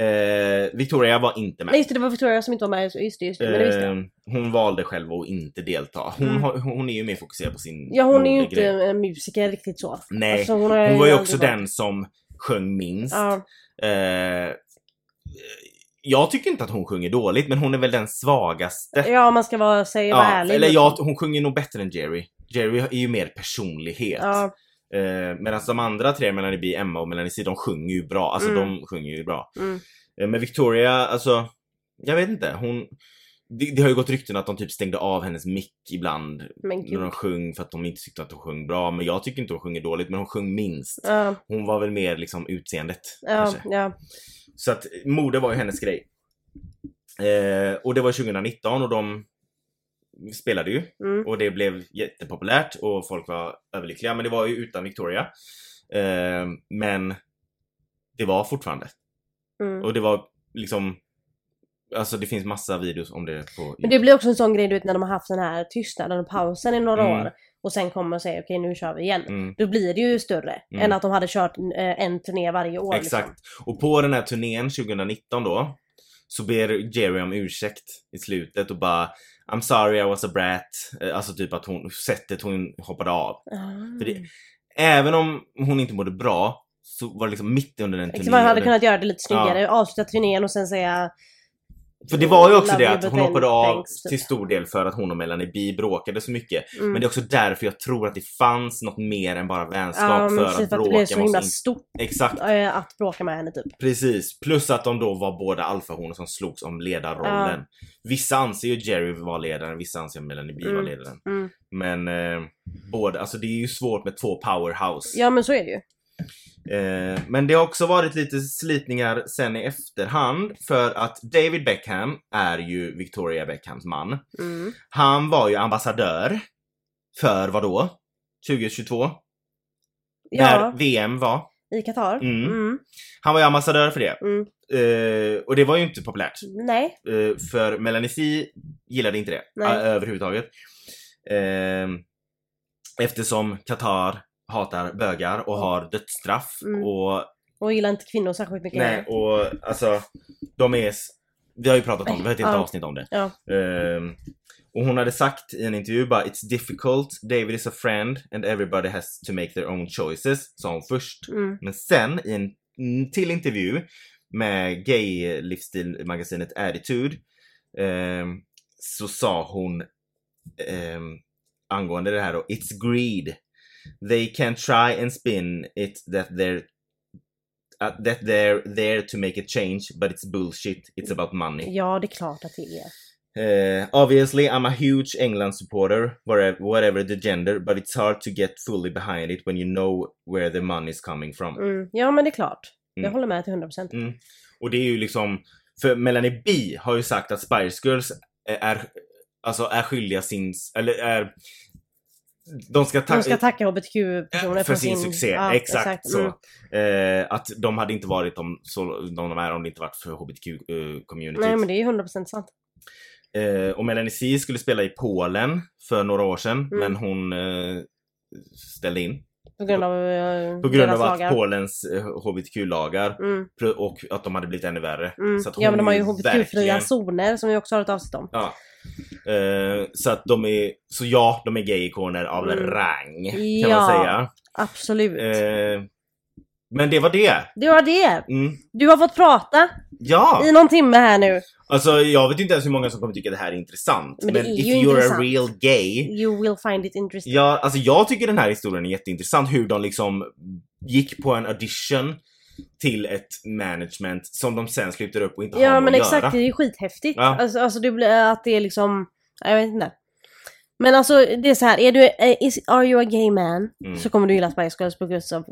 B: Eh, Victoria var inte med.
A: Nej just det, det var Victoria som inte var med. Just det, just det. Men det visste jag.
B: Eh, hon valde själv att inte delta. Hon,
A: Mm.
B: har, hon är ju mer fokuserad på sin
A: Ja hon är ju inte
B: modegrej.
A: en musiker riktigt så.
B: Nej,
A: Alltså, hon, har
B: hon var ju
A: aldrig
B: också
A: varit-
B: den som sjöng minst.
A: Ja.
B: Eh, jag tycker inte att hon sjunger dåligt, men hon är väl den svagaste.
A: ja, om man ska vara, säga, vara ärlig.
B: eller jag, hon sjunger nog bättre än Jerry. Jerry är ju mer personlighet.
A: Ja,
B: Eh, Medan de andra tre, Melanie B, Emma och Melanie C, de sjunger ju bra. Alltså
A: Mm.
B: de sjunger ju bra.
A: mm.
B: Eh, Men Victoria, alltså, jag vet inte. Hon... Det, det har ju gått rykten att de typ stängde av hennes mick ibland
A: Men
B: när de
A: gud.
B: sjöng för att de inte tyckte att hon sjöng bra. Men jag tycker inte hon sjunger dåligt, men hon sjöng minst.
A: Ja,
B: Hon var väl mer liksom utseendet
A: ja,
B: kanske.
A: ja.
B: Så att mode var ju hennes grej. Eh, och det var 2019 och de spelade ju
A: Mm.
B: och det blev jättepopulärt och folk var överlyckliga. Men det var ju utan Victoria. Eh, men det var fortfarande.
A: Mm.
B: Och det var liksom Alltså det finns massa videos om det på
A: Men det blir också en sån grej du vet när de har haft den här tystnaden och pausen i några
B: Mm.
A: år och sen kommer och säger okej nu kör vi igen.
B: mm,
A: Då blir det ju större
B: Mm.
A: än att de hade kört eh, en turné varje år.
B: Exakt.
A: Liksom.
B: Och på den här turnén 2019 då så ber Jerry om ursäkt i slutet och bara I'm sorry I was a brat. Eh, Alltså typ att hon, sättet hon hoppade av.
A: Ah.
B: För det- även om hon inte mådde bra så var det liksom mitt under den
A: Exakt, man
B: turnén.
A: hade kunnat göra det lite snyggare, avsluta turnén och sen säga
B: För det var ju också
A: Love
B: det
A: you,
B: att
A: but
B: hon
A: then
B: hoppade av
A: thanks, typ.
B: till stor del för att hon och Melanie B bråkade så mycket.
A: mm,
B: Men det är också därför jag tror att det fanns något mer än bara vänskap
A: ja, men
B: för
A: precis,
B: att
A: för att det blev
B: bråka.
A: så himla
B: måste in-
A: stort
B: Exakt,
A: eh, att bråka med henne typ.
B: precis. Plus att de då var båda alfahonor som slogs om ledarrollen. Vissa anser ju Jerry var ledaren, vissa anser att Melanie B var
A: Mm.
B: ledaren.
A: Mm.
B: Men eh, båda, alltså det är ju svårt med två powerhouse.
A: Ja men så är det ju.
B: Eh, men det har också varit lite slitningar sen i efterhand för att David Beckham är ju Victoria Beckhams man.
A: Mm.
B: Han var ju ambassadör för vad då? 2022?
A: Ja,
B: När VM var.
A: i Qatar.
B: Mm.
A: Mm.
B: Han var ju ambassadör för det.
A: Mm.
B: Eh, och det var ju inte populärt.
A: Nej.
B: Eh, för Melanie C gillade inte det
A: Nej.
B: eh, överhuvudtaget. Eh, eftersom Qatar hatar bögar och har dödsstraff
A: Mm.
B: och
A: Och gillar inte kvinnor särskilt mycket.
B: Nej och alltså, de är... s- Vi har ju pratat om det, vi har ett helt
A: Ja.
B: avsnitt om det.
A: Ja.
B: Ehm, och hon hade sagt i en intervju bara “It's difficult, David is a friend and everybody has to make their own choices” sa hon först.
A: Mm.
B: Men sen i en mm, till intervju med gay-livsstilmagasinet Attitude ehm, så sa hon ehm, angående det här då, “It's greed. They can try and spin it that they're uh, that they're there to make a change but it's bullshit, it's about money.
A: Ja, det är klart att det är.
B: Eh, obviously, I'm a huge England supporter, whatever, whatever the gender, but it's hard to get fully behind it when you know where the money is coming from.
A: Mm. Ja, men det är klart. Jag
B: Mm.
A: håller med till 100%.
B: Mm. Och det är ju liksom, för Melanie B har ju sagt att Spice Girls är, alltså är skyldiga sin, eller är, de ska, ta-
A: De ska tacka hbtq-personer
B: för, sin, succé,
A: Ja,
B: exakt, så.
A: Mm.
B: Eh, att de hade inte varit de, så, de de är om det inte varit för hbtq-communityt.
A: Nej, men det är 100% sant.
B: Eh, och Melanie C skulle spela i Polen för några år sedan,
A: Mm.
B: men hon eh, ställde in.
A: På grund av eh,
B: På grund
A: Mm, deras
B: av att
A: lagar.
B: Polens eh, HBTQ-lagar
A: Mm.
B: pl- och att de hade blivit ännu värre.
A: Mm.
B: Så att
A: Ja,
B: hon
A: men de har ju
B: är
A: hbtq-fria
B: verkligen-
A: zoner som vi också har ett avsnitt om.
B: Ja. Eh, så att de är, så ja, de är gay-ikoner av
A: Mm.
B: rang kan
A: Ja.
B: man säga.
A: Absolut.
B: Eh, men det var det.
A: Det var det.
B: Mm.
A: Du har fått prata
B: Ja!
A: i någon timme här nu.
B: Alltså jag vet inte ens hur många som kommer tycka det här är intressant.
A: Men
B: Men,
A: det är
B: if
A: ju
B: you're
A: intressant.
B: a real gay
A: You will find it interesting.
B: Ja, alltså jag tycker den här historien är jätteintressant. Hur de liksom gick på en audition till ett management som de sen sluter upp och inte har
A: Ja
B: något
A: men
B: att
A: exakt,
B: göra.
A: det är ju skithäftigt.
B: Ja.
A: Alltså, alltså det blir att det är liksom, jag vet inte. Men alltså det är så här, är du, eh, is, are you a gay man?
B: Mm.
A: Så kommer du gilla Spice Girls på grund av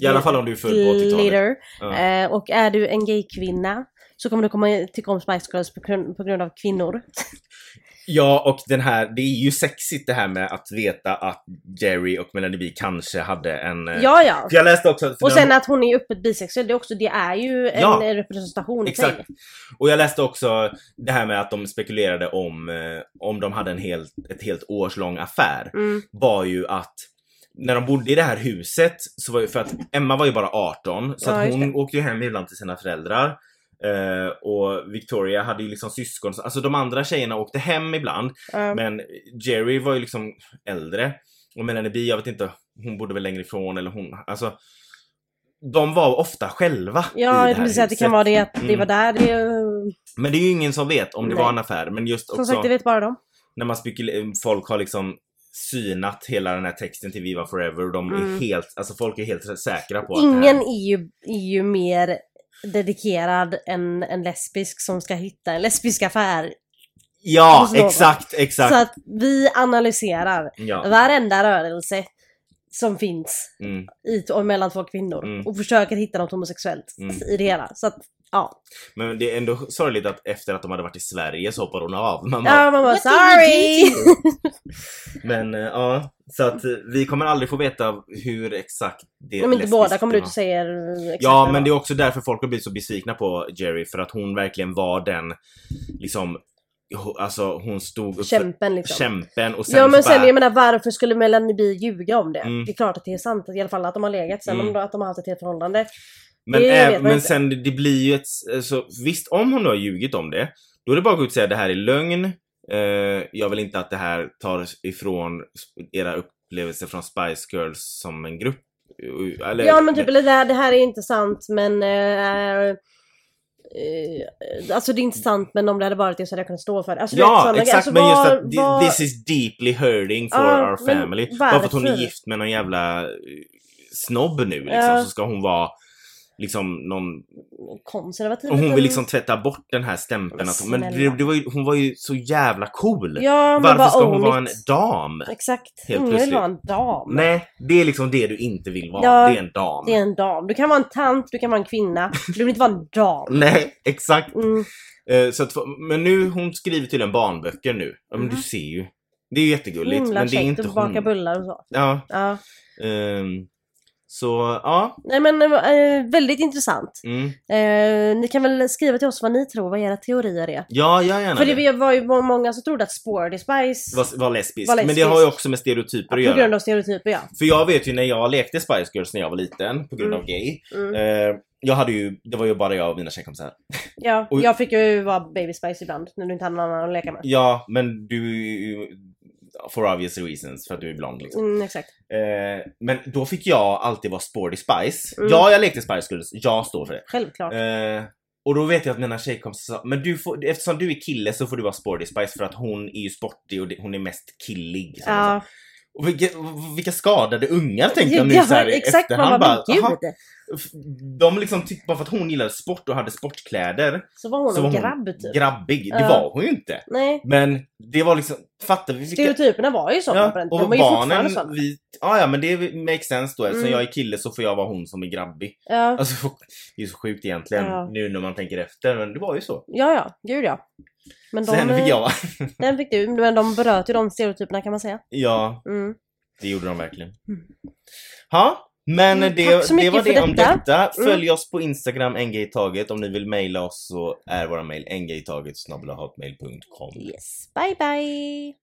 B: I alla fall om du är född på 80-talet.
A: glitter.
B: Ja.
A: Eh, och är du en gay kvinna så kommer du komma tycka om Spice Girls på grund, på grund av kvinnor.
B: Ja, och den här, det är ju sexigt det här med att veta att Jerry och Melanie B kanske hade en... eh,
A: Ja, ja.
B: För jag läste också... för
A: Och
B: när
A: sen
B: de-
A: att hon är öppet bisexuell, det, är också, det är ju en
B: Ja.
A: representation i sig.
B: Exakt. Och jag läste också det här med att de spekulerade om, eh, om de hade en helt, ett helt årslång affär.
A: Mm.
B: var ju att när de bodde i det här huset, så var ju, för att Emma var ju bara 18, så
A: Ja,
B: att
A: just
B: hon åkte ju hem ibland till sina föräldrar. Eh, och Victoria hade ju liksom syskon, så- alltså de andra tjejerna åkte hem ibland.
A: Ja.
B: Men Jerry var ju liksom äldre. Och Melanie B, jag vet inte, hon bodde väl längre ifrån eller hon, alltså. De var ofta själva
A: Ja, jag
B: i det här
A: tänkte säga att det kan
B: huset.
A: vara det att det
B: Mm.
A: var där det...
B: Men det är ju ingen som vet om det
A: Nej.
B: var en affär. Men just
A: Som
B: också
A: sagt, det vet bara de.
B: när man spekulerar, folk har liksom synat hela den här texten till Viva Forever och de är
A: Mm.
B: helt, alltså folk är helt säkra på att det
A: Ingen
B: här,
A: är ju, är ju mer dedikerad än en lesbisk som ska hitta en lesbisk affär.
B: Ja,
A: hos någon.
B: exakt, exakt.
A: Så att vi analyserar
B: ja.
A: varenda rörelse som finns
B: Mm.
A: i, och mellan två kvinnor
B: Mm.
A: och försöker hitta något homosexuellt
B: Mm.
A: i det hela. Så att, ja.
B: Men det är ändå sorgligt att efter att de hade varit i Sverige så hoppar hon av. Man bara,
A: Ja, man bara
C: What did you
A: sorry!
B: Men eh, ja, så att eh, vi kommer aldrig få veta hur exakt det
A: Om inte
B: lesbiska
A: båda kommer
B: var.
A: ut och säger eh, exakt
B: Ja,
A: vad
B: men det
A: det
B: är
A: var.
B: också därför folk har blivit så besvikna på Jerry, för att hon verkligen var den, liksom, ho- alltså hon stod upp för
A: kämpen liksom.
B: kämpen och sen
A: Ja men
B: så bara,
A: sen, jag menar varför skulle Melanie B ljuga om det?
B: Mm.
A: Det är klart att det är sant i alla fall att de har legat sen,
B: Mm.
A: om de- att de har haft ett helt förhållande.
B: Men,
A: Det vet
B: äv-
A: man
B: men
A: inte.
B: sen det det blir ju ett, så visst om hon nu har ljugit om det, då är det bara att gå ut och säga det här är lögn. Eh, jag vill inte att det här tar ifrån era upplevelser från Spice Girls som en grupp. Eh, Eller,
A: ja men typ, eller det här, det här är inte sant men... Eh, eh, alltså det är inte sant men om det hade varit det så hade jag kunnat stå för det. Alltså, du vet,
B: Ja,
A: sådana
B: exakt.
A: grejer.
B: men just
A: Alltså,
B: att
A: var- var-
B: this is deeply hurting for
A: Ja,
B: our
A: men
B: family. Bara för att hon är
A: varför?
B: gift med någon jävla eh, snobb nu liksom,
A: Ja.
B: så ska hon vara liksom någon
A: konservativ.
B: Och hon vill
A: liten-
B: liksom tvätta bort den här stämpeln.
A: Men
B: Att, men det,
A: snälla.
B: det var ju, hon var ju så jävla cool.
A: Ja men
B: Varför
A: bara
B: ska hon
A: own
B: vara en
A: it.
B: dam?
A: Exakt.
B: Helt
A: Ingen vill
B: plötsligt.
A: vara en dam.
B: Nej, det är liksom det du inte vill vara.
A: Ja,
B: det är en dam.
A: Det är en dam. Du kan vara en tant, du kan vara en kvinna. Du vill inte vara en dam.
B: Nej, exakt.
A: Mm.
B: Eh, Så att, men nu, hon skriver till en barnböcker nu. Ja, men du ser ju. Det är ju jättegulligt.
A: Mm. Himla
B: men det är
A: käckt
B: inte
A: att baka
B: hon.
A: bullar och så.
B: Ja,
A: Ja.
B: ehm, så ja.
A: Nej men eh, väldigt intressant.
B: Mm.
A: Eh, ni kan väl skriva till oss vad ni tror, vad era teorier är.
B: Ja, jag gärna
A: För det var ju må- många som trodde att Sporty Spice
B: Var, var, lesbisk.
A: Var
B: Men det
A: lesbisk.
B: har ju också med stereotyper att
A: på
B: göra.
A: grund av stereotyper ja.
B: För jag vet ju när jag lekte Spice Girls när jag var liten, på grund
A: Mm.
B: av gay.
A: Mm.
B: Eh, jag hade ju, det var ju bara jag och mina tjejkompisar.
A: ja.
B: och-
A: Jag fick ju vara Baby Spice ibland när du inte hade någon annan att leka med.
B: Ja, men du är ju- For obvious reasons, för att du är blond liksom.
A: Mm, exakt.
B: Eh, men då fick jag alltid vara Sporty Spice.
A: Mm.
B: Ja, jag lekte Spice Girls. Jag står för det.
A: Självklart.
B: Eh, och då vet jag att mina tjejkompisar sa, men du får, eftersom du är kille så får du vara Sporty Spice för att hon är ju sportig och det, hon är mest killig. Så
A: ja.
B: Och vilka, vilka skadade ungar tänkte jag nu
A: Ja,
B: så här i
A: Exakt,
B: efterhand.
A: man bara, men
B: aha.
A: gud.
B: F- de liksom tyckte bara för att hon gillade sport och hade sportkläder,
A: Så var hon
B: Så var
A: en
B: hon
A: grabb typ.
B: grabbig. Det
A: Ja.
B: var hon ju inte.
A: Nej.
B: Men det var liksom, fattar vi vilka...
A: Stereotyperna var ju sådana på
B: Ja,
A: den tiden.
B: och
A: De är ju fortfarande
B: barnen,
A: sådana.
B: vi, ja, ja men det makes sense då eftersom
A: Mm.
B: jag är kille så får jag vara hon som är grabbig.
A: Ja.
B: Alltså det är ju så sjukt egentligen
A: Ja.
B: nu när man tänker efter men det var ju så.
A: ja, ja, gud ja. Men de, eh,
B: Sen fick jag vara-
A: Den fick du, men de bröt ju de stereotyperna kan man säga.
B: Ja,
A: Mm.
B: det gjorde de verkligen.
A: Mm.
B: Ja, men
A: Mm,
B: det,
A: tack så
B: det
A: mycket
B: var
A: för
B: det om
A: detta.
B: detta.
A: Mm.
B: Följ oss på Instagram, en grej i taget. Om ni vill mejla oss så är våra mejl en grej i taget snabel-hotmail.com.
A: Yes, bye bye!